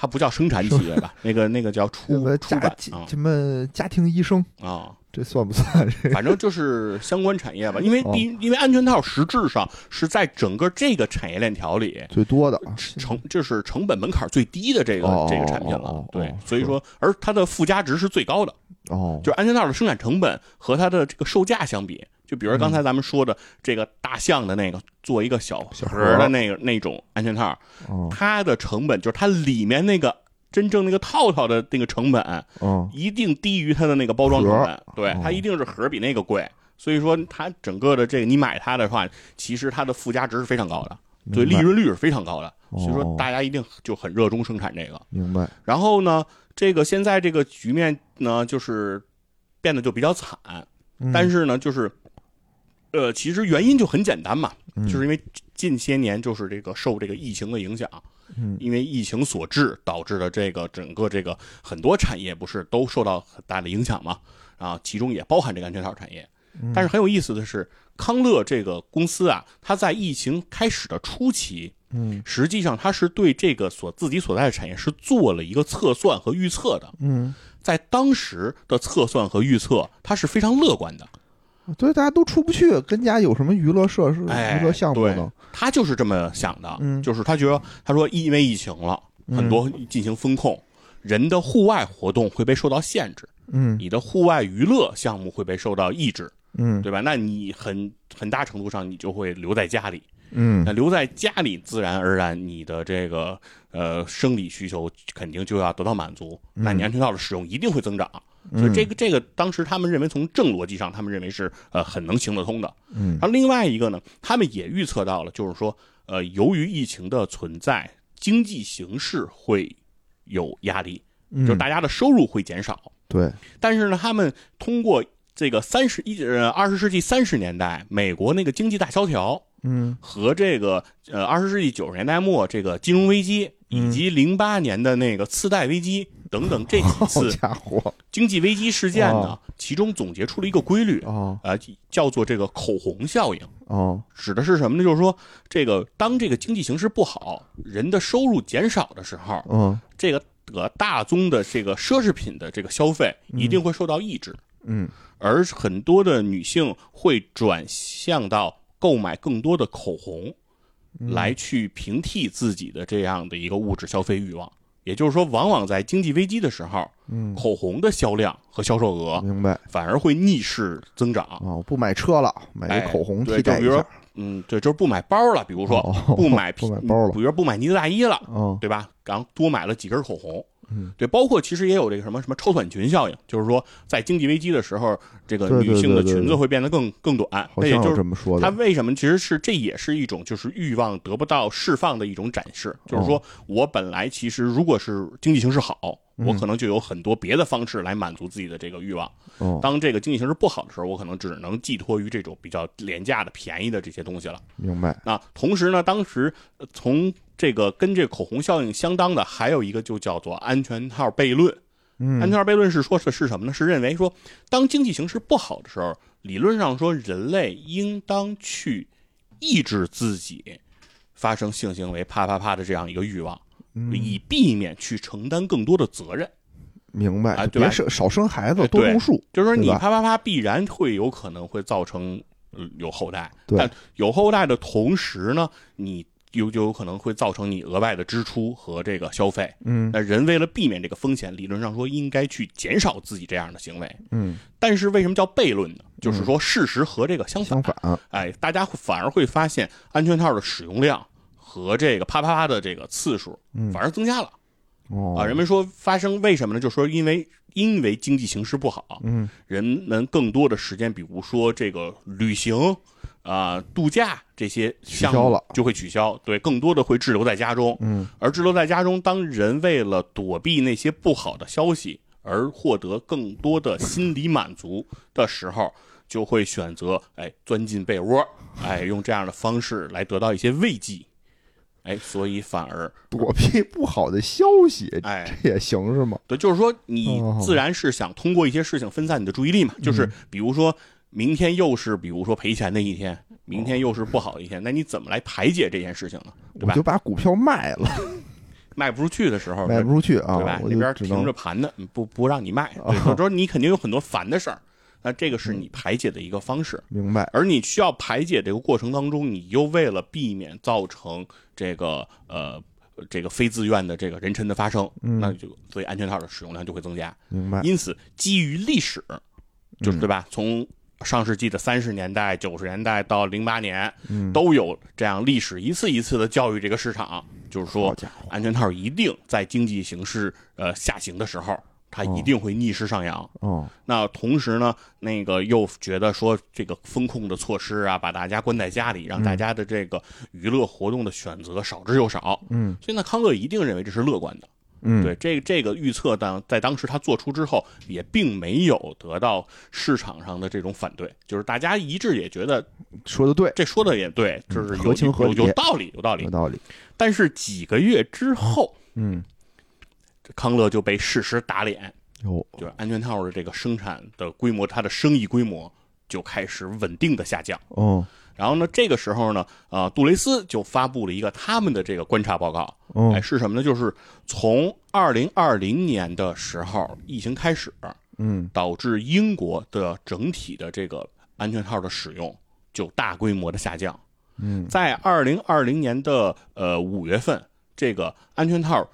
B: 它不叫生产企业吧？那个那个叫
A: 什
B: 出
A: 么
B: 出
A: 家
B: 版
A: 家
B: 啊
A: 什么家庭医生，
B: 啊，
A: 这算不算？ *laughs* 这
B: 反正就是相关产业吧，因为
A: 哦
B: 第一因为安全套实质上是在整个这个产业链条里
A: 最多的啊
B: 成就是成本门槛最低的这个
A: 哦
B: 这个产品了
A: 哦哦，
B: 对
A: 哦，
B: 所以说而它的附加值是最高的，
A: 哦，
B: 就是安全套的生产成本和它的这个售价相比，就比如刚才咱们说的这个大象的那个做一个小
A: 小
B: 盒
A: 盒儿
B: 儿的那个那种安全套，
A: 哦
B: 它的成本就是它里面那个真正那个套套的那个成本
A: 嗯，
B: 一定低于它的那个包装成本，对，
A: 哦
B: 它一定是盒比那个贵。所以说，它整个的这个你买它的话，其实它的附加值是非常高的，对利
A: 明白
B: 润率是非常高的。
A: 哦
B: 所以说，大家一定就很热衷生产这个。
A: 明白，
B: 然后呢，这个现在这个局面呢，就是变得就比较惨。
A: 嗯
B: 但是呢，就是，呃，其实原因就很简单嘛，
A: 嗯
B: 就是因为近些年就是这个受这个疫情的影响，
A: 嗯
B: 因为疫情所致导致的这个整个这个很多产业不是都受到很大的影响嘛，啊，其中也包含这个安全套产业。
A: 嗯
B: 但是很有意思的是，康乐这个公司啊，它在疫情开始的初期，
A: 嗯
B: 实际上它是对这个所自己所在的产业是做了一个测算和预测的，
A: 嗯，
B: 在当时的测算和预测，它是非常乐观的。
A: 对，大家都出不去，跟家有什么娱乐设施、
B: 哎
A: 娱乐项目
B: 对
A: 呢？
B: 他就是这么想的，
A: 嗯
B: 就是他觉得他说因为疫情了，很多进行风控，人的户外活动会被受到限制，
A: 嗯
B: 你的户外娱乐项目会被受到抑制，
A: 嗯
B: 对吧？那你很很大程度上你就会留在家里，那
A: 嗯，
B: 留在家里，自然而然你的这个呃生理需求肯定就要得到满足，那
A: 嗯
B: 你安全套的使用一定会增长。所以这个这个，当时他们认为从正逻辑上，他们认为是呃很能行得通的。
A: 嗯，
B: 然后另外一个呢，他们也预测到了，就是说呃，由于疫情的存在，经济形势会有压力，就是
A: 嗯
B: 大家的收入会减少。
A: 对，
B: 但是呢，他们通过这个三十一呃二十世纪三十年代美国那个经济大萧条，
A: 嗯
B: 和这个呃二十世纪九十年代末这个金融危机，
A: 嗯
B: 以及零八年的那个次贷危机等等这几
A: 好
B: 次
A: 家
B: *laughs*
A: 伙
B: 经济危机事件呢
A: 哦，
B: 其中总结出了一个规律，
A: 哦
B: 呃，叫做这个口红效应，
A: 哦，
B: 指的是什么呢？就是说，这个当这个经济形势不好，人的收入减少的时候，
A: 嗯
B: 这个呃大宗的这个奢侈品的这个消费一定会受到抑制。
A: 嗯
B: 而很多的女性会转向到购买更多的口红，来去平替自己的这样的一个物质消费欲望。也就是说，往往在经济危机的时候，
A: 嗯，
B: 口红的销量和销售额
A: 明白
B: 反而会逆势增长。
A: 哦，不买车了，买
B: 哎
A: 个口红
B: 对
A: 替代
B: 就比
A: 一
B: 如
A: 下
B: 说，嗯，对，就是不买包了，比如说
A: 哦
B: *laughs* 不买
A: *laughs* 不买包了
B: 比如说不买呢子大衣了，
A: 嗯
B: 对吧？然后多买了几根口红，
A: 嗯，
B: 对，包括其实也有这个什么什么超短裙效应，就是说在经济危机的时候，这个
A: 对对
B: 女性的
A: 对对
B: 裙子
A: 对
B: 会变得更更短，
A: 好
B: 这
A: 像
B: 也就
A: 有
B: 是
A: 这么说
B: 它
A: 的，
B: 为什么其实是这也是一种就是欲望得不到释放的一种展示，
A: 哦
B: 就是说我本来其实如果是经济形势好，
A: 嗯
B: 我可能就有很多别的方式来满足自己的这个欲望。
A: 哦，
B: 当这个经济形势不好的时候，我可能只能寄托于这种比较廉价的、便宜的这些东西了。
A: 明白，
B: 那同时呢，当时呃从这个跟这口红效应相当的，还有一个就叫做安全套悖论。安
A: 嗯
B: 全套悖论是说的是什么呢？是认为说，当经济形势不好的时候，理论上说人类应当去抑制自己发生性行为啪啪啪的这样一个欲望，以避免去承担更多的责任。
A: 明白，
B: 啊
A: 就
B: 对吧
A: 别生少生孩子，
B: 哎
A: 多
B: 对
A: 种树，
B: 就是说你
A: 对吧
B: 啪啪啪必然会有可能会造成呃有后代，
A: 对
B: 但有后代的同时呢，你有就有可能会造成你额外的支出和这个消费。
A: 嗯
B: 那人为了避免这个风险，理论上说应该去减少自己这样的行为，
A: 嗯，
B: 但是为什么叫悖论呢？就是说事实和这个相
A: 相
B: 反。
A: 反，啊
B: 哎，大家会反而会发现安全套的使用量和这个啪啪啪的这个次数
A: 嗯
B: 反而增加了。啊，
A: 哦，
B: 人们说发生为什么呢？就说因为因为经济形势不好，
A: 嗯，
B: 人们更多的时间，比如说这个旅行啊、度假这些项
A: 消
B: 目
A: 了
B: 就会取消，对，更多的会滞留在家中，
A: 嗯，
B: 而滞留在家中，当人为了躲避那些不好的消息而获得更多的心理满足的时候。就会选择哎钻进被窝，哎用这样的方式来得到一些慰藉，哎，所以反而
A: 躲避不好的消息，
B: 哎
A: 这也行是吗？
B: 对，就是说你
A: 哦嗯
B: 自然是想通过一些事情分散你的注意力嘛，就是比如说明天又是比如说赔钱的一天，明天又是不好的一天，那你怎么来排解这件事情呢？对
A: 我
B: 吧
A: 就？把股票卖了，
B: *laughs* 卖不出去的时候，
A: 卖不出去
B: 对
A: 啊
B: 吧，？
A: 我
B: 那边
A: 就哦只
B: 停
A: 能
B: 着盘呢，不不让你卖，对，就是说你肯定有很多烦的事儿，那这个是
A: 嗯
B: 你排解的一个方式。
A: 明白，
B: 而你需要排解这个过程当中，你又为了避免造成这个呃这个非自愿的这个人臣的发生，
A: 嗯
B: 那就所以安全套的使用量就会增加。
A: 明白，嗯
B: 因此，基于历史，就是对吧？从上世纪的三十年代、九十年代到零八年，
A: 嗯，
B: 都有这样历史一次一次的教育这个市场，就是
A: 好
B: 说
A: 家伙，
B: 安全套一定在经济形势呃下行的时候，它一定会逆势上扬。
A: 哦，
B: 那同时呢，那个又觉得说这个风控的措施啊，把大家关在家里，让大家的这个娱乐活动的选择少之又少。
A: 嗯
B: 所以呢，康乐一定认为这是乐观的。
A: 嗯，
B: 对，这这个预测当在当时他做出之后，也并没有得到市场上的这种反对，就是大家一致也觉得
A: 说的对，
B: 这说的也对，就是有
A: 合情合理
B: 有有道理，有道理
A: 有。道理。
B: 但是几个月之后，
A: 嗯，
B: 这康乐就被事实打脸，
A: 有
B: 就是安全套的这个生产的规模，它的生意规模就开始稳定的下降。
A: 哦
B: 然后呢，这个时候呢，呃，杜蕾斯就发布了一个他们的这个观察报告，哎，
A: 哦，
B: 是什么呢？就是从二零二零年的时候，疫情开始，
A: 嗯
B: 导致英国的整体的这个安全套的使用就大规模的下降。
A: 嗯
B: 在二零二零年的呃五月份，这个安全套，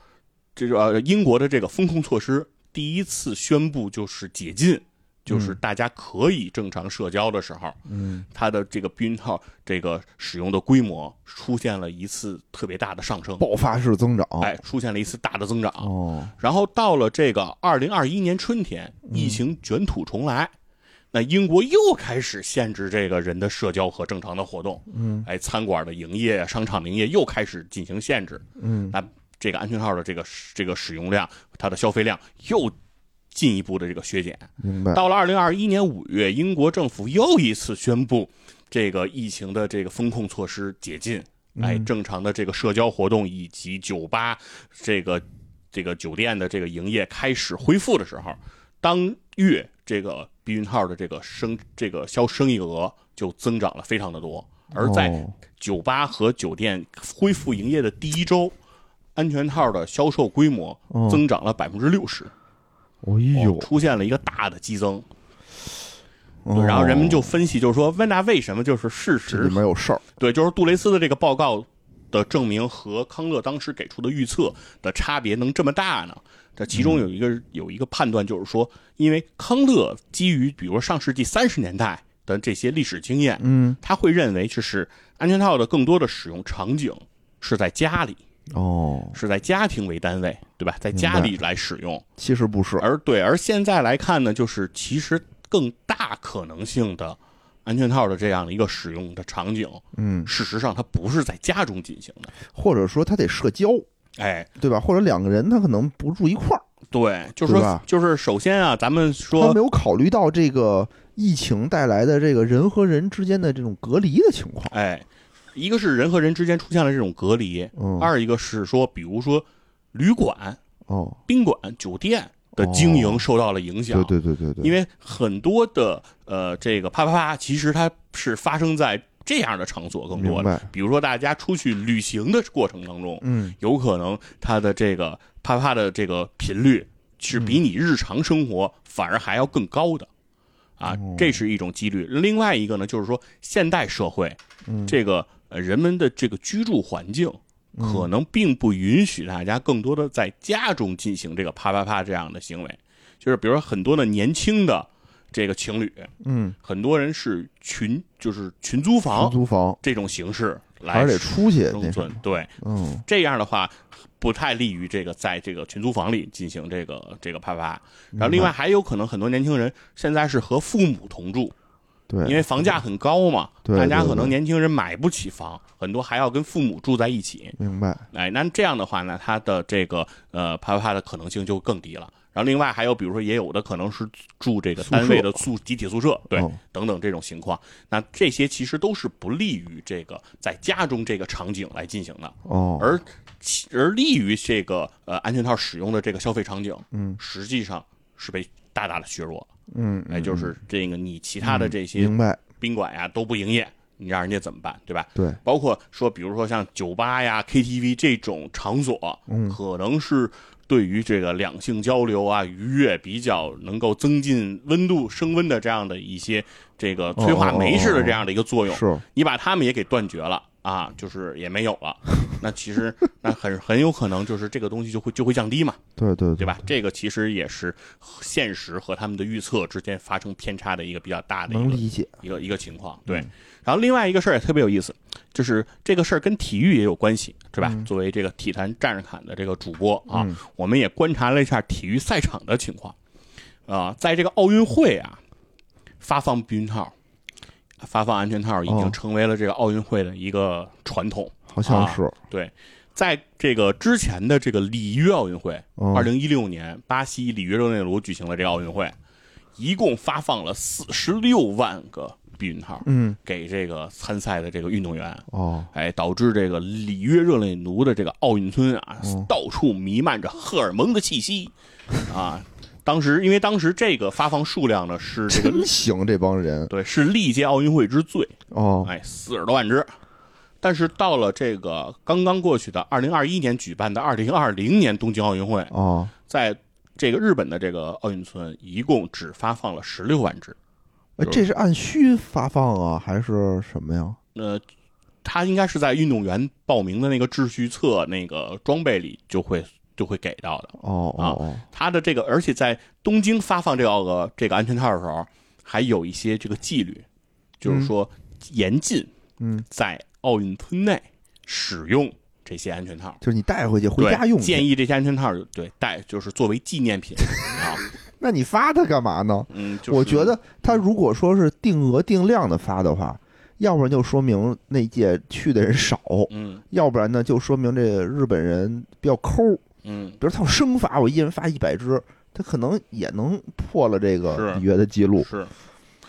B: 这个、呃、英国的这个风控措施第一次宣布就是解禁，就是大家可以正常社交的时候，
A: 嗯，
B: 它的这个避孕套这个使用的规模出现了一次特别大的上升，
A: 爆发式增长。
B: 哎，出现了一次大的增长。
A: 哦，
B: 然后到了这个二零二一年春天，
A: 嗯
B: 疫情卷土重来，那英国又开始限制这个人的社交和正常的活动，
A: 嗯
B: 哎，餐馆的营业、商场的营业又开始进行限制，
A: 嗯
B: 那这个安全套的这个这个使用量，它的消费量又进一步的这个削减。
A: 明白。
B: 到了二零二一年五月，英国政府又一次宣布这个疫情的这个风控措施解禁，
A: 嗯
B: 哎，正常的这个社交活动以及酒吧这个这个酒店的这个营业开始恢复的时候，当月这个避孕套的这个生这个销生意额就增长了非常的多，而在
A: 哦
B: 酒吧和酒店恢复营业的第一周。安全套的销售规模
A: 哦
B: 增长了百分之六十，
A: 哎呦，
B: 出现了一个大的激增。哦对，然后人们就分析，就是说温达为什么就是事
A: 哦这
B: 实
A: 里面有事儿。
B: 对，就是杜蕾斯的这个报告的证明和康乐当时给出的预测的差别能这么大呢？这其中有一个有一个判断就是说，因为康乐基于比如说上世纪三十年代的这些历史经验，
A: 嗯，
B: 他会认为就是安全套的更多的使用场景是在家里，
A: 哦，
B: 是在家庭为单位，对吧？在家里来使用，
A: 其实不是。
B: 而对，而现在来看呢，就是其实更大可能性的安全套的这样的一个使用的场景，
A: 嗯，
B: 事实上它不是在家中进行的。
A: 或者说他得社交，
B: 哎，
A: 对吧？或者两个人他可能不住一块儿，
B: 对，就是
A: 对
B: 说
A: 吧，
B: 就是首先啊，咱
A: 他
B: 们说
A: 没有考虑到这个疫情带来的这个人和人之间的这种隔离的情况。
B: 哎，一个是人和人之间出现了这种隔离，
A: 嗯，
B: 二一个是说，比如说旅馆、
A: 哦，
B: 宾馆、酒店的经营
A: 哦
B: 受到了影响。
A: 对对对对对，
B: 因
A: 为
B: 为很多的呃，这个啪啪啪，其实它是发生在这样的场所更多
A: 明
B: 的
A: 白，
B: 比如说大家出去旅行的过程当中，
A: 嗯
B: 有可能它的这个啪啪的这个频率是比你日常生活反而还要更高的。啊，
A: 哦
B: 这是一种几率。另外一个呢，就是说现代社会，
A: 嗯
B: 这个呃人们的这个居住环境，
A: 嗯
B: 可能并不允许大家更多的在家中进行这个啪啪啪这样的行为。就是比如说很多的年轻的这个情侣，
A: 嗯，
B: 很多人是群就是群租
A: 出
B: 房
A: 租房
B: 这种形式
A: 还
B: 来
A: 是得出去那
B: 生
A: 什
B: 存
A: 么。。
B: 对，
A: 嗯
B: 这样的话不太利于这个在这个群租房里进行这个这个啪啪。
A: 嗯
B: 然后另外还有可能很多年轻人现在是和父母同住，
A: 嗯对，
B: 因为房价很高嘛，
A: 对
B: 大家
A: 对
B: 可能
A: 对
B: 年轻人买不起房，很多还要跟父母住在一起。
A: 明白。
B: 哎，那这样的话呢，它的这个呃啪啪啪的可能性就更低了。然后另外还有，比如说也有的可能是住这个
A: 宿舍
B: 单位的宿集体宿舍，对，
A: 哦
B: 等等这种情况。那这些其实都是不利于这个在家中这个场景来进行的，
A: 哦，
B: 而其而利于这个呃安全套使用的这个消费场景，
A: 嗯，
B: 实际上是被大大的削弱了。
A: 嗯，
B: 哎，就是这个你其他的这些
A: 明白。
B: 宾馆呀都不营业，你让人家怎么办，对吧？
A: 对，
B: 包括说，比如说像酒吧呀、KTV 这种场所，
A: 嗯
B: 可能是对于这个两性交流啊、愉悦比较能够增进温度、升
A: 哦
B: 温的这样的一些这个催化酶式的这样的一个作用，
A: 嗯是
B: 你把它们也给断绝了，啊，就是也没有了，那其实那很很有可能就是这个东西就会就会降低嘛，
A: 对对
B: 对吧？这个其实也是现实和他们的预测之间发生偏差的一个比较大的一
A: 能
B: 个
A: 理解。
B: 一个一个情况。对，然后另外一个事儿也特别有意思，就是这个事儿跟体育也有关系，是吧？作为这个体坛战士侃的这个主播啊，
A: 嗯
B: 我们也观察了一下体育赛场的情况啊、在这个奥运会啊，发放避孕套、啊发放安全套已
A: 哦
B: 经成为了这个奥运会的一个传统。
A: 好
B: 啊
A: 像是，
B: 对，在这个之前的这个里约奥运会，
A: 嗯
B: 二零一六年巴西里约热内卢举行了这个奥运会，一共发放了四十六万个避孕套
A: 嗯，
B: 给这个参赛的这个运动员。
A: 哦，
B: 哎，导致这个里约热内卢的这个奥运村啊，到处弥漫着荷尔蒙的气息，啊，当时因为当时这个发放数量呢是这
A: *laughs*
B: 个
A: 真行，这帮人
B: 对是历届奥运会之最，
A: 哦，
B: 哎，四十多万只。但是到了这个刚刚过去的二零二一年举办的二零二零年东京奥运会，
A: 哦，
B: 在这个日本的这个奥运村，一共只发放了十六万只。
A: 哎这是按需发放啊，还是什么呀？
B: 呃，它应该是在运动员报名的那个秩序册那个装备里就会就会给到的。
A: 哦
B: 啊
A: 哦哦，
B: 它的这个，而且在东京发放这个这个安全套的时候，还有一些这个纪律，就是说严禁
A: 嗯，
B: 在奥运村内使用这些安全套。
A: 就是你带回去回家用
B: 对
A: 去，
B: 建议这些安全套对带，就是作为纪念品啊。
A: 那你发它干嘛呢？
B: 嗯，就是、
A: 我觉得他如果说是定额定量的发的话，要不然就说明那届去的人少，
B: 嗯
A: 要不然呢就说明这日本人比较抠。
B: 嗯，
A: 比如他要生发，我一人发一百只，他可能也能破了这个
B: 是
A: 里约的记录。
B: 是，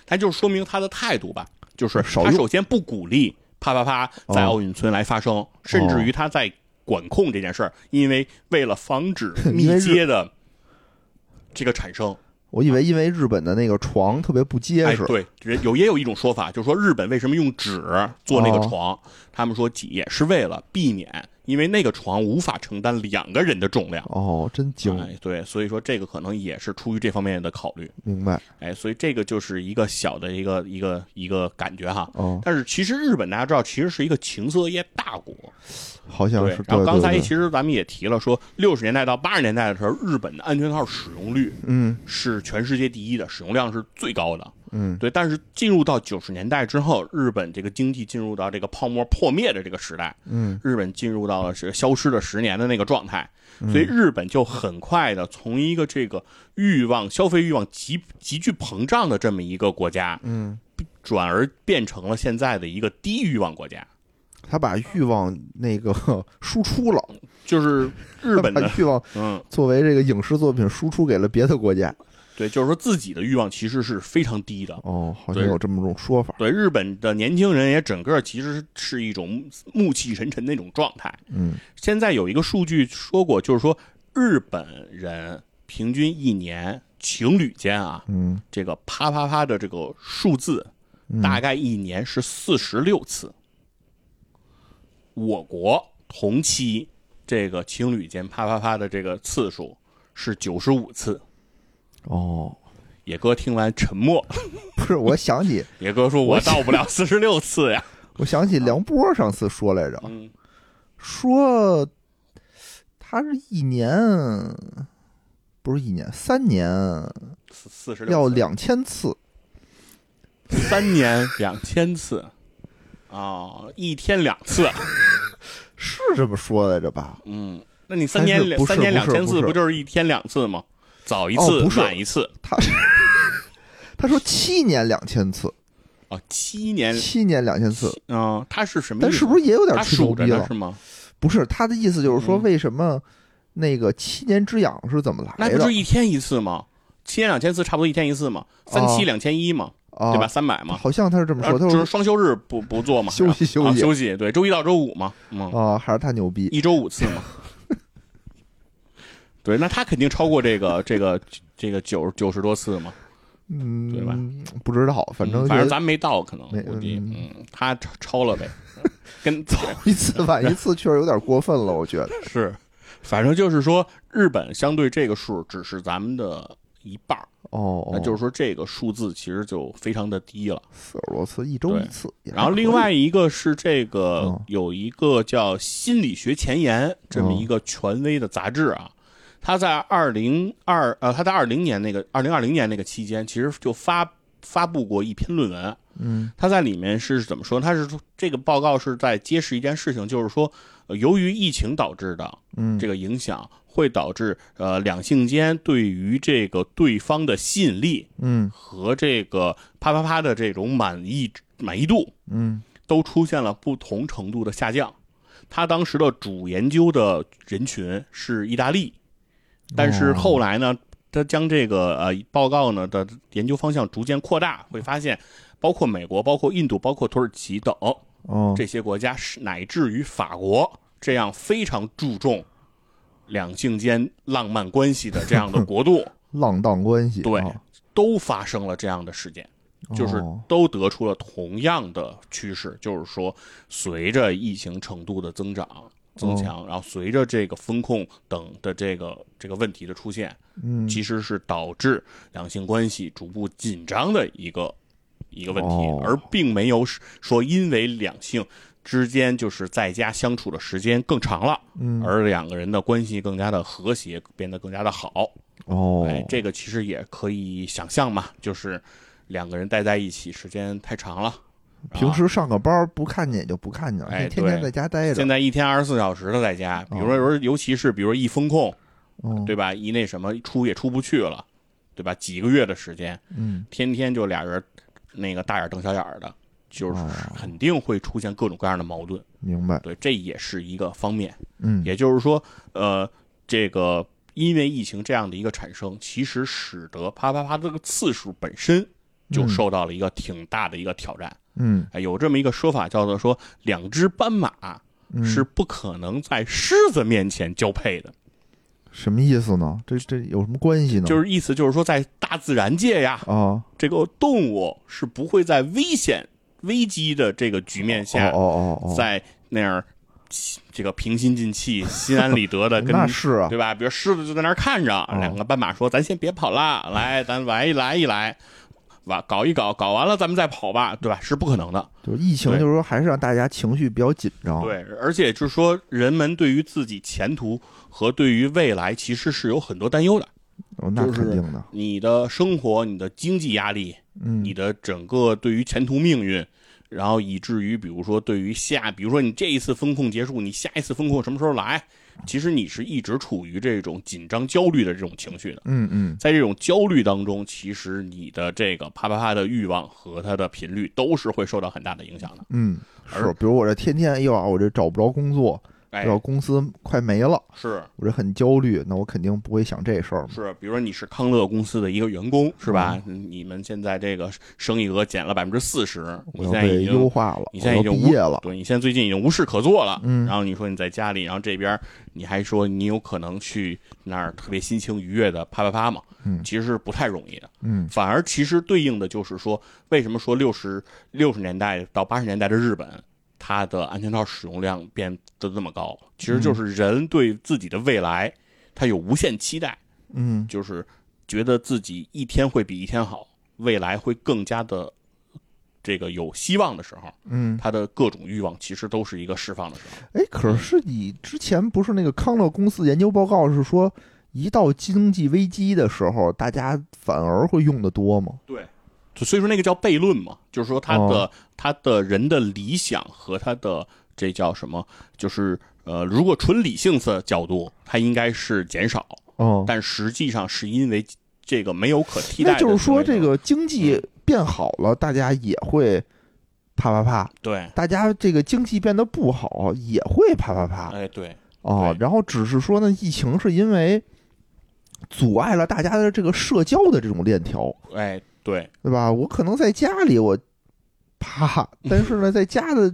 B: 但就是说明他的态度吧，就是
A: 少
B: 他
A: 用
B: 首先不鼓励啪啪啪在
A: 哦
B: 奥运村来发生，甚至于他在管控这件事儿，因为为了防止
A: *laughs* 因为
B: 密
A: 日
B: 接的这个产生。
A: 我以为因为日本的那个床特别不结
B: 哎，
A: 实，
B: 对，人有也有一种说法，就是说日本为什么用纸做那个
A: 哦
B: 床？他们说也是为了避免，因为那个床无法承担两个人的重量。
A: 哦，真精，
B: 哎，对，所以说这个可能也是出于这方面的考虑。
A: 明白
B: 哎，所以这个就是一个小的一个一个一个感觉哈。
A: 哦，
B: 但是其实日本大家知道，其实是一个情色业大国。
A: 好像
B: 对
A: 是。，
B: 然后
A: 对
B: 刚才
A: 对
B: 其
A: 对
B: 实咱们也提了，说六十年代到八十年代的时候，日本的安全套使用率
A: 嗯
B: 是全世界第一的，使用量是最高的。
A: 嗯，
B: 对，但是进入到九十年代之后，日本这个经济进入到这个泡沫破灭的这个时代，
A: 嗯，
B: 日本进入到了是消失的十年的那个状态，
A: 嗯
B: 所以日本就很快的从一个这个欲望、消费欲望急急剧膨胀的这么一个国家，
A: 嗯，
B: 转而变成了现在的一个低欲望国家，
A: 他把欲望那个 *laughs* 输出了，
B: 就是日
A: 他 *laughs*
B: 本
A: 把
B: 的，
A: 欲望
B: 嗯，
A: 作为这个影视作品输出给了别的国家。
B: 对，就是说自己的欲望其实是非常低的，
A: 哦，好像
B: 对
A: 有这么种说法。
B: 对日本的年轻人也整个其实是一种暮气沉沉的那种状态。
A: 嗯，
B: 现在有一个数据说过，就是说日本人平均一年情侣间啊，
A: 嗯，
B: 这个啪啪啪的这个数字，大概一年是四十六次。我国同期这个情侣间啪啪啪的这个次数是九十五次。
A: 哦，
B: 野哥听完沉默，
A: 不是，我想
B: *laughs*
A: 起，
B: 野哥说：“
A: 我
B: 我到不了四十六次呀。
A: 我想起梁波上次说来着”，
B: 嗯，
A: 说他是一年，不是一年，三年
B: 四四十
A: 要
B: 六
A: 两千次。
B: 三年两千次，啊、一天两
A: *laughs*
B: 次。
A: 是这么说来着吧？
B: 嗯，那你
A: 但
B: 三
A: 是
B: 年两
A: 不是
B: 三年
A: 不是
B: 两千
A: 不
B: 次，
A: 是
B: 不就是一天两次吗？早一
A: 哦
B: 次，
A: 不是
B: 晚一次。
A: 他
B: *laughs*
A: 他说七年两千次，
B: 哦，七年，
A: 七年两千次，
B: 嗯、他是什么意
A: 但
B: 思？
A: 是不是也有点
B: 他
A: 吹牛
B: 数着
A: 逼
B: 呢
A: 了
B: 是？吗？
A: 不是，他的意思就是说，
B: 嗯
A: 为什么那个七年之痒是怎么来
B: 那
A: 的
B: 不是一天一次吗？七年两千次，差不多一天一次嘛，三七两千一嘛，
A: 啊？
B: 对吧？三百嘛，
A: 哦好像他是这么
B: 啊
A: 说，他
B: 就是
A: 说
B: 双休日不不做嘛，
A: 休息
B: 是吧
A: 休
B: 啊
A: 息
B: 休息，对，周一到周五嘛，嗯，
A: 啊，还是他牛逼。
B: 一周
A: *laughs*
B: 五次嘛。对，那他肯定超过这个这个这个九九十多次嘛，
A: 嗯，
B: 对吧？
A: 不知道，反正
B: 嗯
A: 就
B: 反正咱们没到，可能
A: 没
B: 估计，
A: 嗯
B: 嗯，他超超了
A: *laughs*
B: 呗，跟早
A: 一次晚一次确实有点过分了，我觉
B: *laughs*
A: 得。
B: 是，反正就是说，日本相对这个数只是咱们的一半儿
A: 哦，
B: 那就是说这个数字其实就非常的低了。
A: 四十多次，一周一次。也还
B: 然后另
A: 可以
B: 外一个是这个
A: 嗯
B: 有一个叫《心理学前沿》这么一个权威的杂志啊，它在二零二呃，它在二零年那个二零二零年那个期间，其实就发发布过一篇论文。
A: 嗯
B: 它在里面是怎么说？它是说这个报告是在揭示一件事情，就是说，呃由于疫情导致的
A: 嗯，
B: 这个影响，会导致呃两性间对于这个对方的吸引力
A: 嗯
B: 和这个啪啪啪的这种满意满意度，
A: 嗯
B: 都出现了不同程度的下降。他当时的主研究的人群是意大利，但是后来呢，他将这个呃报告呢的研究方向逐渐扩大，会发现包括美国、包括印度、包括土耳其等
A: 哦，
B: 这些国家，是乃至于法国这样非常注重两性间浪漫关系的这样的国度，
A: 浪荡关系，
B: 对
A: 啊
B: 都发生了这样的事件。就是
A: 哦
B: 都得出了同样的趋势，就是说，随着疫情程度的增长、增
A: 哦
B: 强，然后随着这个风控等的这个这个问题的出现，
A: 嗯，
B: 其实是导致两性关系逐步紧张的一个一个问题
A: 哦，
B: 而并没有说因为两性之间就是在家相处的时间更长了，
A: 嗯
B: 而两个人的关系更加的和谐，变得更加的好。
A: 哦，
B: 哎，这个其实也可以想象嘛，就是两个人待在一起时间太长了，
A: 平
B: 啊、
A: 时上个班不看见也就不看见了，
B: 哎
A: 天天
B: 对
A: 在家待着
B: 现，在一天二十四小时的在家，比
A: 哦
B: 如说有时候尤其是比如说一风控，
A: 嗯
B: 对吧？一那什么出也出不去了，对吧？几个月的时间，
A: 嗯
B: 天天就俩人那个大眼瞪小眼儿的，就是
A: 哦
B: 肯定会出现各种各样的矛盾。
A: 明白，
B: 对，这也是一个方面。
A: 嗯
B: 也就是说，呃，这个因为疫情这样的一个产生，其实使得啪啪啪这个次数本身就
A: 嗯
B: 受到了一个挺大的一个挑战。
A: 嗯
B: 哎，有这么一个说法叫做说，两只斑马
A: 嗯
B: 是不可能在狮子面前交配的，
A: 什么意思呢？这这有什么关系呢？
B: 就是意思就是说，在大自然界呀，
A: 啊，
B: 这个动物是不会在危险危机的这个局面
A: 哦
B: 下，
A: 哦哦哦，
B: 在那样儿这个平心静气、心安理 *laughs* 得的跟
A: 那是啊，
B: 对吧？比如狮子就在那儿看着，
A: 哦
B: 两个斑马说：“咱先别跑啦，来，咱玩一来一来，完搞一搞，搞完了咱们再跑吧，对吧？”是不可能的，
A: 就是疫情，
B: 对
A: 就是说还是让大家情绪比较紧张，，
B: 对。而且就是说，人们对于自己前途和对于未来其实是有很多担忧的。
A: 哦，那
B: 就是
A: 肯定的，
B: 你的生活、你的经济压力、
A: 嗯
B: 你的整个对于前途命运，然后以至于比如说对于下，比如说你这一次风控结束，你下一次风控什么时候来？其实你是一直处于这种紧张、焦虑的这种情绪的。
A: 嗯嗯，
B: 在这种焦虑当中，其实你的这个啪啪啪的欲望和它的频率都是会受到很大的影响的。
A: 嗯，是
B: 而，
A: 比如我这天天，哎呦，我这找不着工作，
B: 哎，
A: 要公司快没了，
B: 是
A: 我这很焦虑，那我肯定不会想这事儿嘛。
B: 是，比如说你是康乐公司的一个员工，是吧？
A: 嗯
B: 你们现在这个生意额减了百分之四十，
A: 我
B: 你
A: 要
B: 现在已
A: 被优
B: 经，
A: 化了，
B: 你现在已
A: 我要
B: 经
A: 毕
B: 无
A: 业了，
B: 对你现在最近已经无事可做了。
A: 嗯
B: 然后你说你在家里，然后这边你还说你有可能去那儿特别心情愉悦的啪啪啪嘛，
A: 嗯
B: 其实是不太容易的。
A: 嗯
B: 反而其实对应的就是说，为什么说六十六十年代到八十年代的日本，它的安全套使用量变得这么高，其实就是人对自己的未来，他有无限期待，
A: 嗯
B: 就是觉得自己一天会比一天好，未来会更加的这个有希望的时候，
A: 嗯。
B: 他的各种欲望其实都是一个释放的时候。
A: 哎，可是你之前不是那个康乐公司研究报告是说，一到经济危机的时候，大家反而会用的多吗？
B: 对。所以说那个叫悖论嘛，就是说他的、
A: 哦
B: 他的人的理想和他的这叫什么？就是呃，如果纯理性的角度，它应该是减少，
A: 嗯，
B: 但实际上是因为这个没有可替代
A: 那
B: 的
A: 就
B: 行为的。
A: 是说，这个经济变好了，大家也会啪啪啪；
B: 对，
A: 大家这个经济变得不好，也会啪啪啪。
B: 哎对，
A: 哦
B: 对，
A: 然后只是说呢，疫情是因为阻碍了大家的这个社交的这种链条，
B: 哎对，
A: 对吧？我可能在家里我
B: *laughs*
A: 啪，但是呢，在家的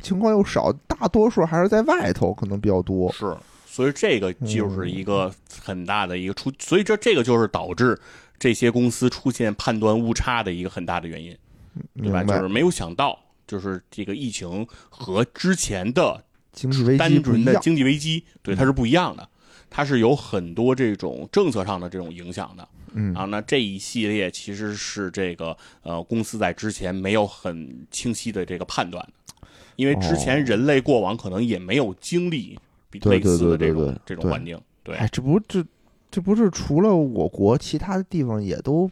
A: 情况又少，大多数还是在外头可能比较多。
B: 是，所以这个
A: 嗯
B: 就是一个很大的一个出，所以这这个就是导致这些公司出现判断误差的一个很大的原因， *laughs* 对
A: 明
B: 吧？
A: 白，
B: 就是没有想到，就是这个疫情和之前的
A: 经济危机
B: 单
A: 不一
B: 纯的
A: 样。嗯
B: 经济危机，对它是不一样的。它是有很多这种政策上的这种影响的。
A: 嗯
B: 啊，那这一系列其实是这个呃公司在之前没有很清晰的这个判断的因为之前
A: 哦
B: 人类过往可能也没有经历比
A: 对
B: 类似的
A: 对对对
B: 这种
A: 对
B: 这种
A: 对
B: 环境。对，
A: 哎，这不这这不是除了我国，其他的地方也都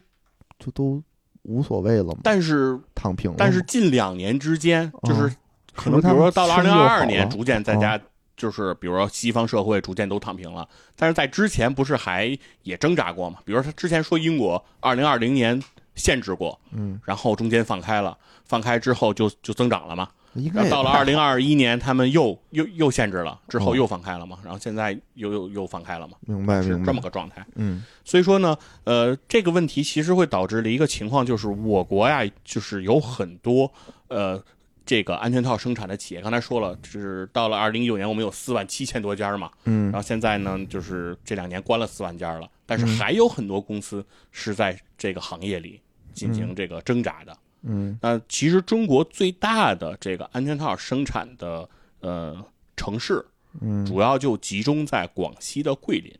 A: 就都无所谓了吗？
B: 但是
A: 躺平了吗，
B: 但是近两年之间，就是
A: 嗯
B: 可能比如说到了二
A: 是不
B: 零
A: 是他
B: 二
A: 们生就好
B: 二年，
A: 了哦
B: 逐渐大家就是比如说西方社会逐渐都躺平了，但是在之前不是还也挣扎过嘛？比如说他之前说英国二零二零年限制过，
A: 嗯，
B: 然后中间放开了，放开之后就就增长了嘛。
A: 应
B: 然
A: 该
B: 后
A: 也
B: 到了
A: 太
B: 二零二一年，他们又又又限制了，之后
A: 哦
B: 又放开了嘛，然后现在又又又放开了嘛，
A: 明白
B: 是
A: 明白
B: 这么个状态。
A: 嗯
B: 所以说呢，呃，这个问题其实会导致的一个情况就是，我国呀，就是有很多呃这个安全套生产的企业，刚才说了，就是到了二零一九年，我们有四万七千多家嘛，
A: 嗯
B: 然后现在呢，就是这两年关了四万家了，但是
A: 嗯
B: 还有很多公司是在这个行业里进行这个挣扎的。
A: 嗯
B: 那其实中国最大的这个安全套生产的呃城市，
A: 嗯
B: 主要就集中在广西的桂林。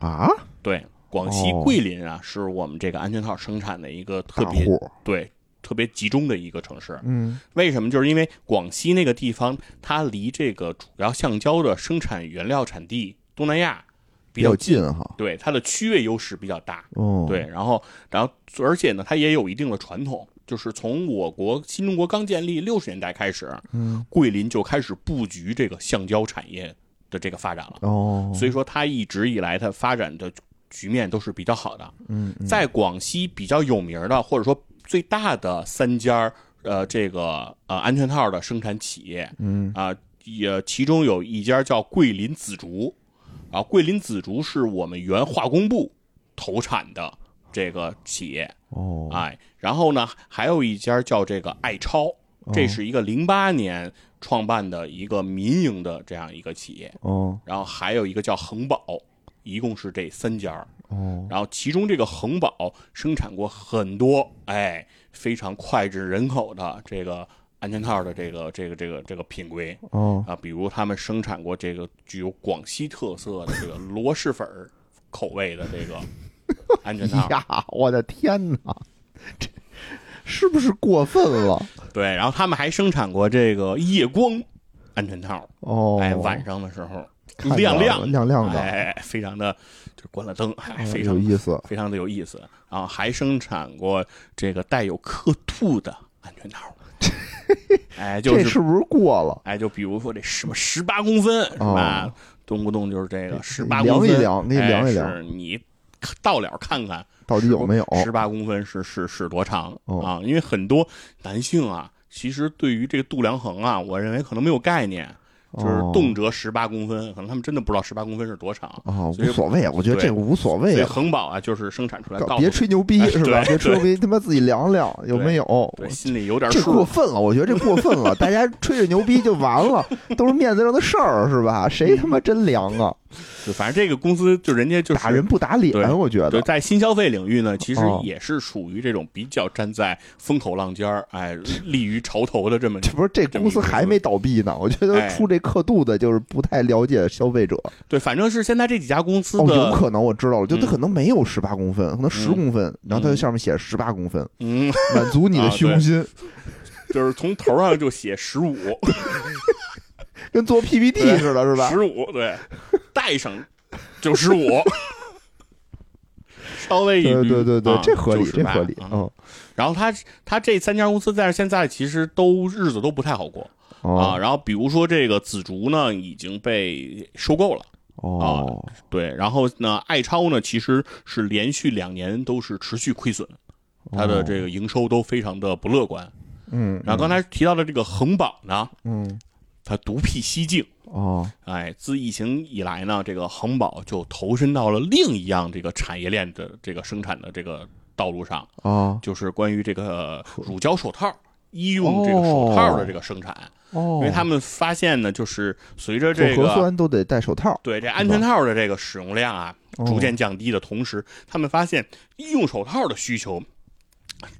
A: 啊，
B: 对，广西
A: 哦
B: 桂林啊，是我们这个安全套生产的一个特
A: 大
B: 别
A: 户
B: 对特别集中的一个城市。
A: 嗯
B: 为什么？就是因为广西那个地方，它离这个主要橡胶的生产原料产地东南亚
A: 比
B: 比较
A: 较
B: 近，
A: 近哈，
B: 对它的区位优势比较大。
A: 哦
B: 对，然后，然后，而且呢，它也有一定的传统，就是从我国新中国刚建立六十年代开始，
A: 嗯
B: 桂林就开始布局这个橡胶产业的这个发展了。
A: 哦，
B: 所
A: 以
B: 以说，它一直以来它发展的局面都是比较好的。
A: 嗯嗯
B: 在广西比较有名的，或者说最大的三家儿呃这个呃安全套的生产企业
A: 嗯
B: 啊、也其中有一家叫桂林紫竹，啊，桂林紫竹是我们原化工部投产的这个企业，
A: 哦
B: 哎，然后呢，还有一家叫这个爱超，
A: 哦
B: 这是一个零八年创办的一个民营的这样一个企业，
A: 哦
B: 然后还有一个叫恒宝，一共是这三家儿。
A: 哦
B: 然后其中这个恒宝生产过很多哎非常脍炙人口的这个安全套的这个这个这个这个品规
A: 哦
B: *laughs* 啊，比如他们生产过这个具有广西特色的这个螺蛳粉儿口味的这
A: *laughs*
B: 个安全套，
A: 呀，我的天哪，这是不是过分了？
B: 对，然后他们还生产过这个夜光安全套，
A: 哦，
B: 哎，晚上的时候
A: 看着
B: 亮亮
A: 亮亮的，
B: 哎，非常的就关了灯，哎，
A: 哎
B: 非
A: 有
B: 常
A: 意思
B: 非常的有意思。然后还生产过这个带有刻度的安全
A: *laughs*
B: 套，哎，就
A: 这
B: 是
A: 是不是过了？
B: 哎，就比如说这什么十八公分是吧？动不动就是这个十八
A: 量
B: 公
A: 一
B: 分，
A: 量给哦你
B: 哎
A: 量一量
B: 是你到了看看
A: 到底有没有？
B: 十八公分是是是多长、
A: 哦
B: 啊？因为很多男性啊，其实对于这个度量衡啊，我认为可能没有概念，就是
A: 哦
B: 动辄十八公分，可能他们真的不知道十八公分是多长。
A: 啊，
B: 所以
A: 无所谓，我觉得
B: 对
A: 这个无所谓
B: 所以
A: 啊，
B: 恒宝啊，就是生产出来告诉
A: 别吹牛逼
B: 哎
A: 是吧？
B: 对
A: 别吹牛逼，他妈自己量量有
B: 对
A: 没有？
B: 对
A: 我
B: 心里有点
A: 这过
B: 数。
A: 分了，我觉得这过分了，大家吹着牛逼就完了，都是面子上的事儿是吧？谁他妈真凉啊？
B: 就反正这个公司就人家就是
A: 打人不打
B: 对
A: 脸，我觉
B: 对，
A: 得
B: 在新消费领域呢，其实
A: 哦
B: 也是属于这种比较站在风口浪尖儿，哎，立于潮头的这么
A: 这不是这公司还没倒闭呢？我觉得
B: 哎
A: 出这刻度的就是不太了解消费者。
B: 对，反正是现在这几家公司
A: 哦，有
B: 的，
A: 可能我知道了，就他
B: 嗯
A: 可能没有十八公分，可能十
B: 嗯
A: 公分，然后它
B: 嗯
A: 上面写十八公分，
B: 嗯，
A: 满足你的
B: 啊
A: 虚荣
B: 对
A: 心，
B: 就是从头上就写十
A: *laughs*
B: 五，
A: 跟做 PPT
B: 对
A: 似的，是吧？
B: 十五，对，带上就十五，稍微一
A: 对
B: 捋
A: 对对对
B: 啊，
A: 这合理，
B: 就
A: 这
B: 18
A: 合理，
B: 啊
A: 嗯，
B: 然后他他这三家公司在现在其实都日子都不太好过啊。
A: 哦
B: 然后比如说这个紫竹呢，已经被收购了。啊
A: 哦，
B: 对，然后呢，爱超呢其实是连续两年都是持续亏损，它的这个营收都非常的不乐观。
A: 哦嗯，
B: 然后刚才提到的这个恒宝呢，
A: 嗯
B: 它独辟蹊径，
A: 哦
B: 哎，自疫情以来呢，这个恒宝就投身到了另一样这个产业链的这个生产的这个道路上，
A: 哦
B: 就是关于这个乳胶手套。医用这个手套的这个生产，
A: 哦，
B: 因为他们发现呢，就是随着
A: 做
B: 这
A: 核
B: 个
A: 酸都得戴手套，
B: 对这安全套的这个使用量啊，逐渐降低的同时，他们发现医用手套的需求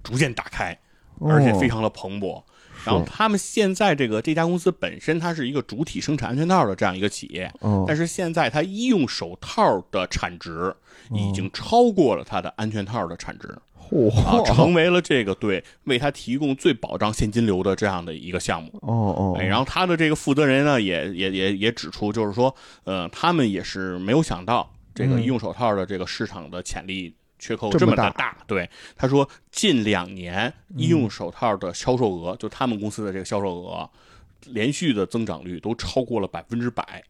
B: 逐渐打开，
A: 哦，
B: 而且非常的蓬勃。然后他们现在这个这家公司本身它是一个主体生产安全套的这样一个企业，
A: 嗯，
B: 但是现在它医用手套的产值已经超过了它的安全套的产值啊，
A: 嚯，
B: 成为了这个对为它提供最保障现金流的这样的一个项目。
A: 哦哦，
B: 哎，然后他的这个负责人呢，也也也也指出，就是说，呃，他们也是没有想到这个
A: 嗯
B: 医用手套的这个市场的潜力缺口
A: 这
B: 这
A: 么
B: 么的
A: 大嗯
B: 大。对，他说近两年医用手套的销售额，就他们公司的这个销售额。连续的增长率都超过了百分之百，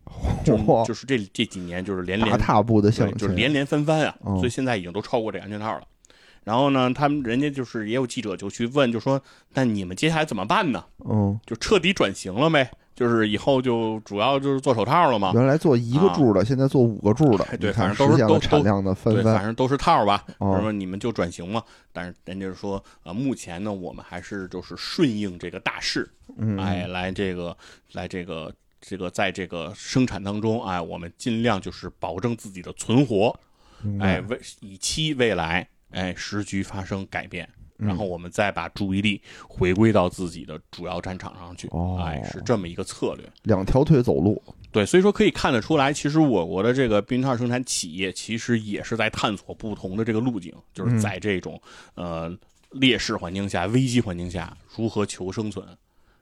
B: 就是
A: 嚯，
B: 就是这这几年就是连连
A: 大踏步的向
B: 对，
A: 前，
B: 就是连连翻番啊，
A: 嗯
B: 所以现在已经都超过这个安全套了。然后呢，他们人家就是也有记者就去问，就说那你们接下来怎么办呢？
A: 嗯，
B: 就彻底转型了呗，就是以后就主要就是做手套了嘛。
A: 原来做一个柱的，现在做五个柱的
B: 啊哎，对
A: 你看
B: 反正
A: 实现了
B: 都是都
A: 产量的翻
B: 对，
A: 番
B: 反，正都是套吧，
A: 哦
B: 那么你们就转型嘛。但是人家说，呃，目前呢，我们还是就是顺应这个大势，
A: 嗯，
B: 哎，来这个，来这个，这个在这个生产当中，哎，我们尽量就是保证自己的存活，
A: 明白
B: 哎，为以期未来，哎，时局发生改变，
A: 嗯
B: 然后我们再把注意力回归到自己的主要战场上去，
A: 哦
B: 哎，是这么一个策略。
A: 两条腿走路，
B: 对，所以说可以看得出来，其实我国的这个避孕套生产企业其实也是在探索不同的这个路径，
A: 嗯
B: 就是在这种、呃劣势环境下、危机环境下如何求生存。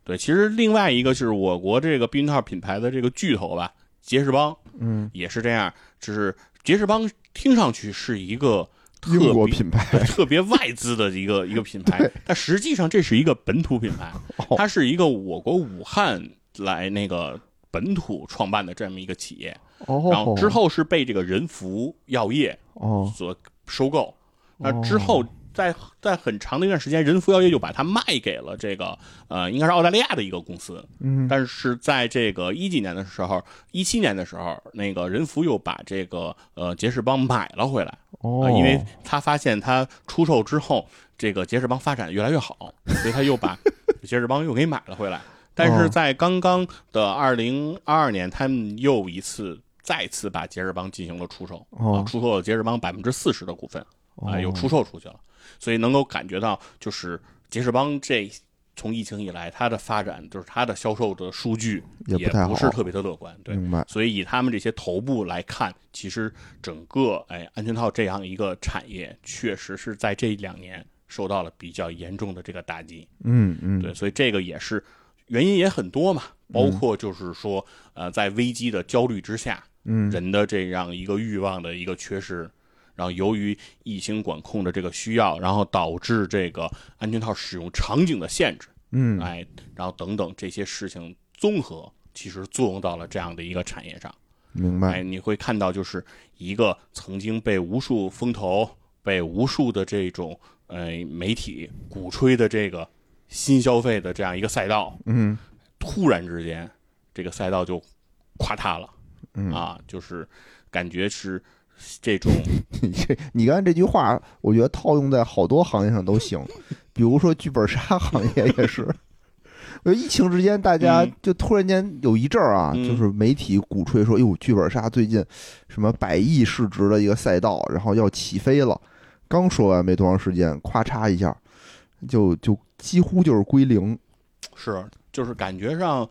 B: 对，其实另外一个就是我国这个避孕套品牌的这个巨头吧，杰士邦
A: 嗯，
B: 也是这样，就是杰士邦听上去是一个特
A: 英国
B: 别
A: 品牌，
B: *laughs* 特别外资的
A: *laughs*
B: 一个一个品牌，但实际上这是一个本土品牌，
A: 哦
B: 它是一个我国武汉来那个本土创办的这么一个企业，然
A: 哦，
B: 后之后是被这个仁孚药业
A: 哦，
B: 所收购，那之后。在在很长的一段时间，仁孚药业就把它卖给了这个呃，应该是澳大利亚的一个公司。
A: 嗯，
B: 但是在这个一几年的时候，一七年的时候，那个仁孚又把这个呃杰士邦买了回来。
A: 哦
B: 啊，，因为他发现他出售之后，这个杰士邦发展越来越好，所以他又
A: *laughs*
B: 把杰士邦又给买了回来。但
A: 哦
B: 是在刚刚的二零二二年，他们又一次再次把杰士邦进行了出售，啊
A: 哦，
B: 出售了杰士邦百分之四十的股份啊，
A: 哦
B: 又出售出去了。所以能够感觉到，就是杰士邦这从疫情以来，它的发展就是它的销售的数据
A: 也不太好
B: 不是特别的乐观，对。
A: 明白，
B: 所以以他们这些头部来看，其实整个哎安全套这样一个产业，确实是在这两年受到了比较严重的这个打击。
A: 嗯嗯，
B: 对，所以这个也是原因也很多嘛，包括就是说呃在危机的焦虑之下，
A: 嗯，
B: 人的这样一个欲望的一个缺失。然后，由于疫情管控的这个需要，然后导致这个安全套使用场景的限制，
A: 嗯，
B: 哎，然后等等这些事情综合，其实作用到了这样的一个产业上。
A: 明白，
B: 哎，你会看到就是一个曾经被无数风投、被无数的这种呃媒体鼓吹的这个新消费的这样一个赛道，
A: 嗯，
B: 突然之间这个赛道就垮塌了，
A: 嗯
B: 啊，就是感觉是这种
A: *laughs* 你这你刚才这句话，我觉得套用在好多行业上都行，比如说剧本杀行业也是。 *laughs* 我觉得疫情之间，大家
B: 嗯
A: 就突然间有一阵儿啊，
B: 嗯
A: 就是媒体鼓吹说，哟，剧本杀最近什么百亿市值的一个赛道，然后要起飞了。刚说完没多长时间，咔嚓一下，就就几乎就是归零。
B: 是就是感觉上。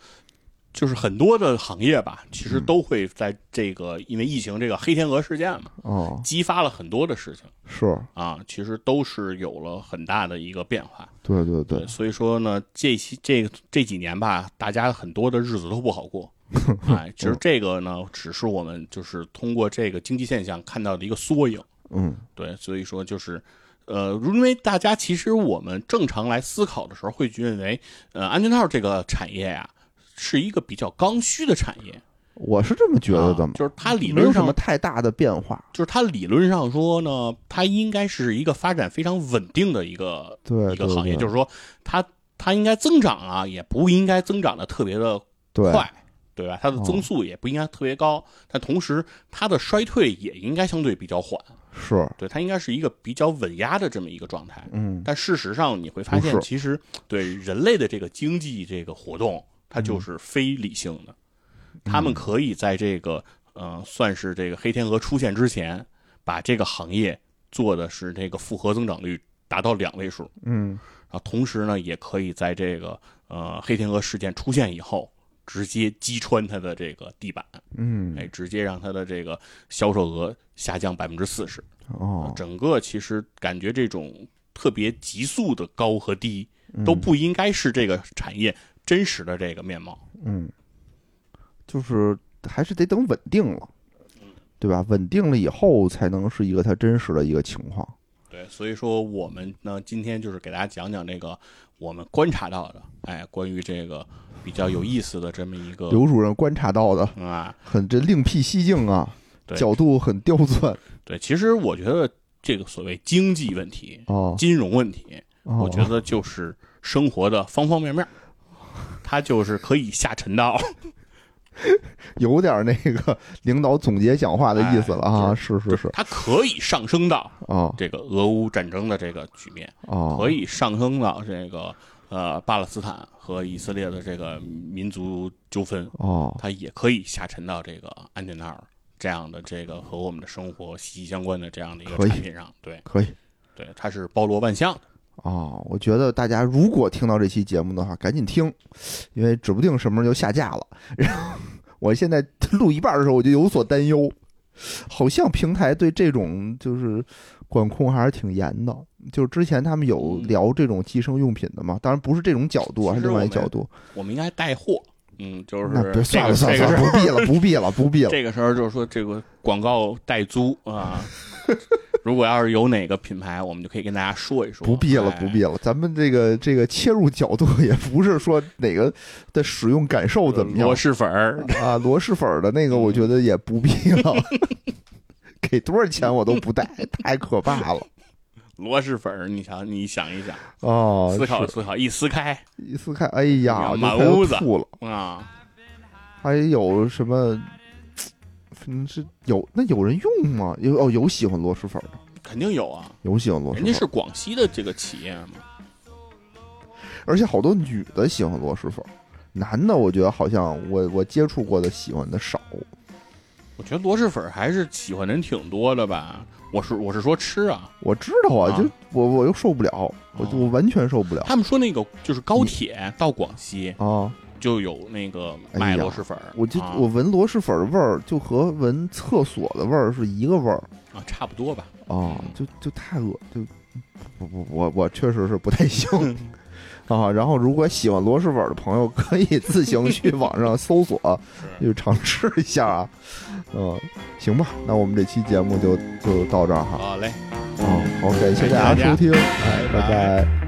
B: 就是很多的行业吧，其实都会在这个因为疫情这个黑天鹅事件嘛，
A: 哦，
B: 激发了很多的事情。
A: 是
B: 啊，其实都是有了很大的一个变化。
A: 对对对，
B: 所以说呢，这些这这几年吧，大家很多的日子都不好过。
A: *laughs*
B: 哎，其实这个呢，只是我们就是通过这个经济现象看到的一个缩影。
A: 嗯
B: 对，所以说就是，呃，因为大家其实我们正常来思考的时候，会认为，呃，安全套这个产业呀、是一个比较刚需的产业，
A: 我是这么觉得的
B: 啊
A: 嘛，
B: 就是它理
A: 没有
B: 论
A: 什
B: 上
A: 么太大的变化。
B: 就是它理论上说呢，它应该是一个发展非常稳定的一个
A: 对
B: 一个
A: 呃对
B: 行业，
A: 对
B: 就是说它它应该增长啊，也不应该增长的特别的
A: 对，
B: 快，对吧？它的
A: 哦
B: 增速也不应该特别高，但同时它的衰退也应该相对比较缓，
A: 是，
B: 对，它应该是一个比较稳压的这么一个状态。
A: 嗯
B: 但事实上你会发现
A: 不，是
B: 其实对人类的这个经济这个活动，它
A: 嗯
B: 就是非理性的，他们可以在这个呃，算是这个黑天鹅出现之前，把这个行业做的是这个复合增长率。达到两位数，
A: 嗯
B: 啊，同时呢，也可以在这个呃黑天鹅事件出现以后，直接击穿它的这个地板，哎，
A: 嗯，
B: 直接让它的这个销售额下降百分之四十。
A: 哦，
B: 整个其实感觉这种特别急速的高和低
A: 嗯
B: 都不应该是这个产业真实的这个面貌。
A: 嗯，就是还是得等稳定了，对吧？稳定了以后，才能是一个它真实的一个情况。
B: 对，所以说我们呢，今天就是给大家讲讲这个我们观察到的，哎，关于这个比较有意思的这么一个
A: 刘主任观察到的
B: 嗯啊，
A: 很这另辟蹊径啊，
B: 对
A: 角度很刁钻
B: 对，其实我觉得这个所谓经济问题、
A: 哦。
B: 金融问题，
A: 我
B: 我觉得就是生活的方方面面，它就是可以下沉到
A: 有点那个领导总结讲话的意思了啊，
B: 哎
A: 是是是，
B: 它可以上升到
A: 哦
B: 这个俄乌战争的这个局面，
A: 哦，
B: 可以上升到这个呃巴勒斯坦和以色列的这个民族纠纷，
A: 哦，
B: 它也可以下沉到这个安全套儿这样的这个和我们的生活息息相关的这样的一
A: 可
B: 个
A: 以
B: 产品上。对
A: 可以
B: 对，它是包罗万象的。
A: 哦。我觉得大家如果听到这期节目的话，赶紧听，因为指不定什么时候就下架了。然后我现在 *laughs* 录一半的时候，我就有所担忧，好像平台对这种就是管控还是挺严的。就是之前他们有
B: 嗯
A: 聊这种计生用品的嘛，当然不是这种角度啊，
B: 其
A: 是
B: 实
A: 另外一
B: 我们
A: 角度。
B: 我们应该带货，嗯，就是
A: 那别
B: 这
A: 算
B: 个
A: 了算
B: 这
A: 了算
B: 个是
A: 了，不必了不必了不必了。
B: 这个时候就是说这个广告代租啊。
A: *laughs*
B: 如果要是有哪个品牌，我们就可以跟大家说一说。
A: 不必了，
B: 哎
A: 不必了。咱们这个这个切入角度也不是说哪个的使用感受怎么样
B: 螺蛳粉儿，
A: 啊，螺蛳粉儿的那个，我觉得也不必
B: *laughs*
A: 了。给多少钱我都不带，太可怕
B: *laughs*
A: 了
B: 螺蛳粉儿，你想，你想一想，
A: 哦！
B: 思考
A: 是
B: 思考，一撕开
A: 一撕开，哎呀，我就
B: 满
A: 快要
B: 屋子
A: 吐了。
B: 啊，
A: 还有什么？嗯，是有那有人用吗？有哦，有喜欢螺蛳粉儿的，
B: 肯定有啊，
A: 有喜欢螺蛳
B: 人
A: 粉
B: 家
A: 儿的，
B: 是广西的这个企业嘛，
A: 而且好多女的喜欢螺蛳粉儿，男的我觉得好像我我接触过的喜欢的少。
B: 我觉得螺蛳粉儿还是喜欢人挺多的吧。我是我是说吃啊，
A: 我知道啊，
B: 啊哦
A: 就我我又受不了，我就我完全受不了
B: 他们说那个就是高铁到广西
A: 啊！
B: 就有那个
A: 哎
B: 卖
A: 呀
B: 螺蛳粉儿，
A: 我就
B: 啊
A: 我闻螺蛳粉的味儿，就和闻厕所的味儿是一个味儿
B: 啊差不多吧，
A: 啊，就就太恶就不不我我确实是不太 *laughs* 行啊。然后，如果喜欢螺蛳粉的朋友，可以自行 *laughs* 去网上搜索，
B: 是
A: 就尝试一下啊。嗯，行吧，那我们这期节目就就到这儿哈。嗯
B: 好嘞。
A: 啊，好，感谢大家收听，哎，拜
B: 拜拜
A: 拜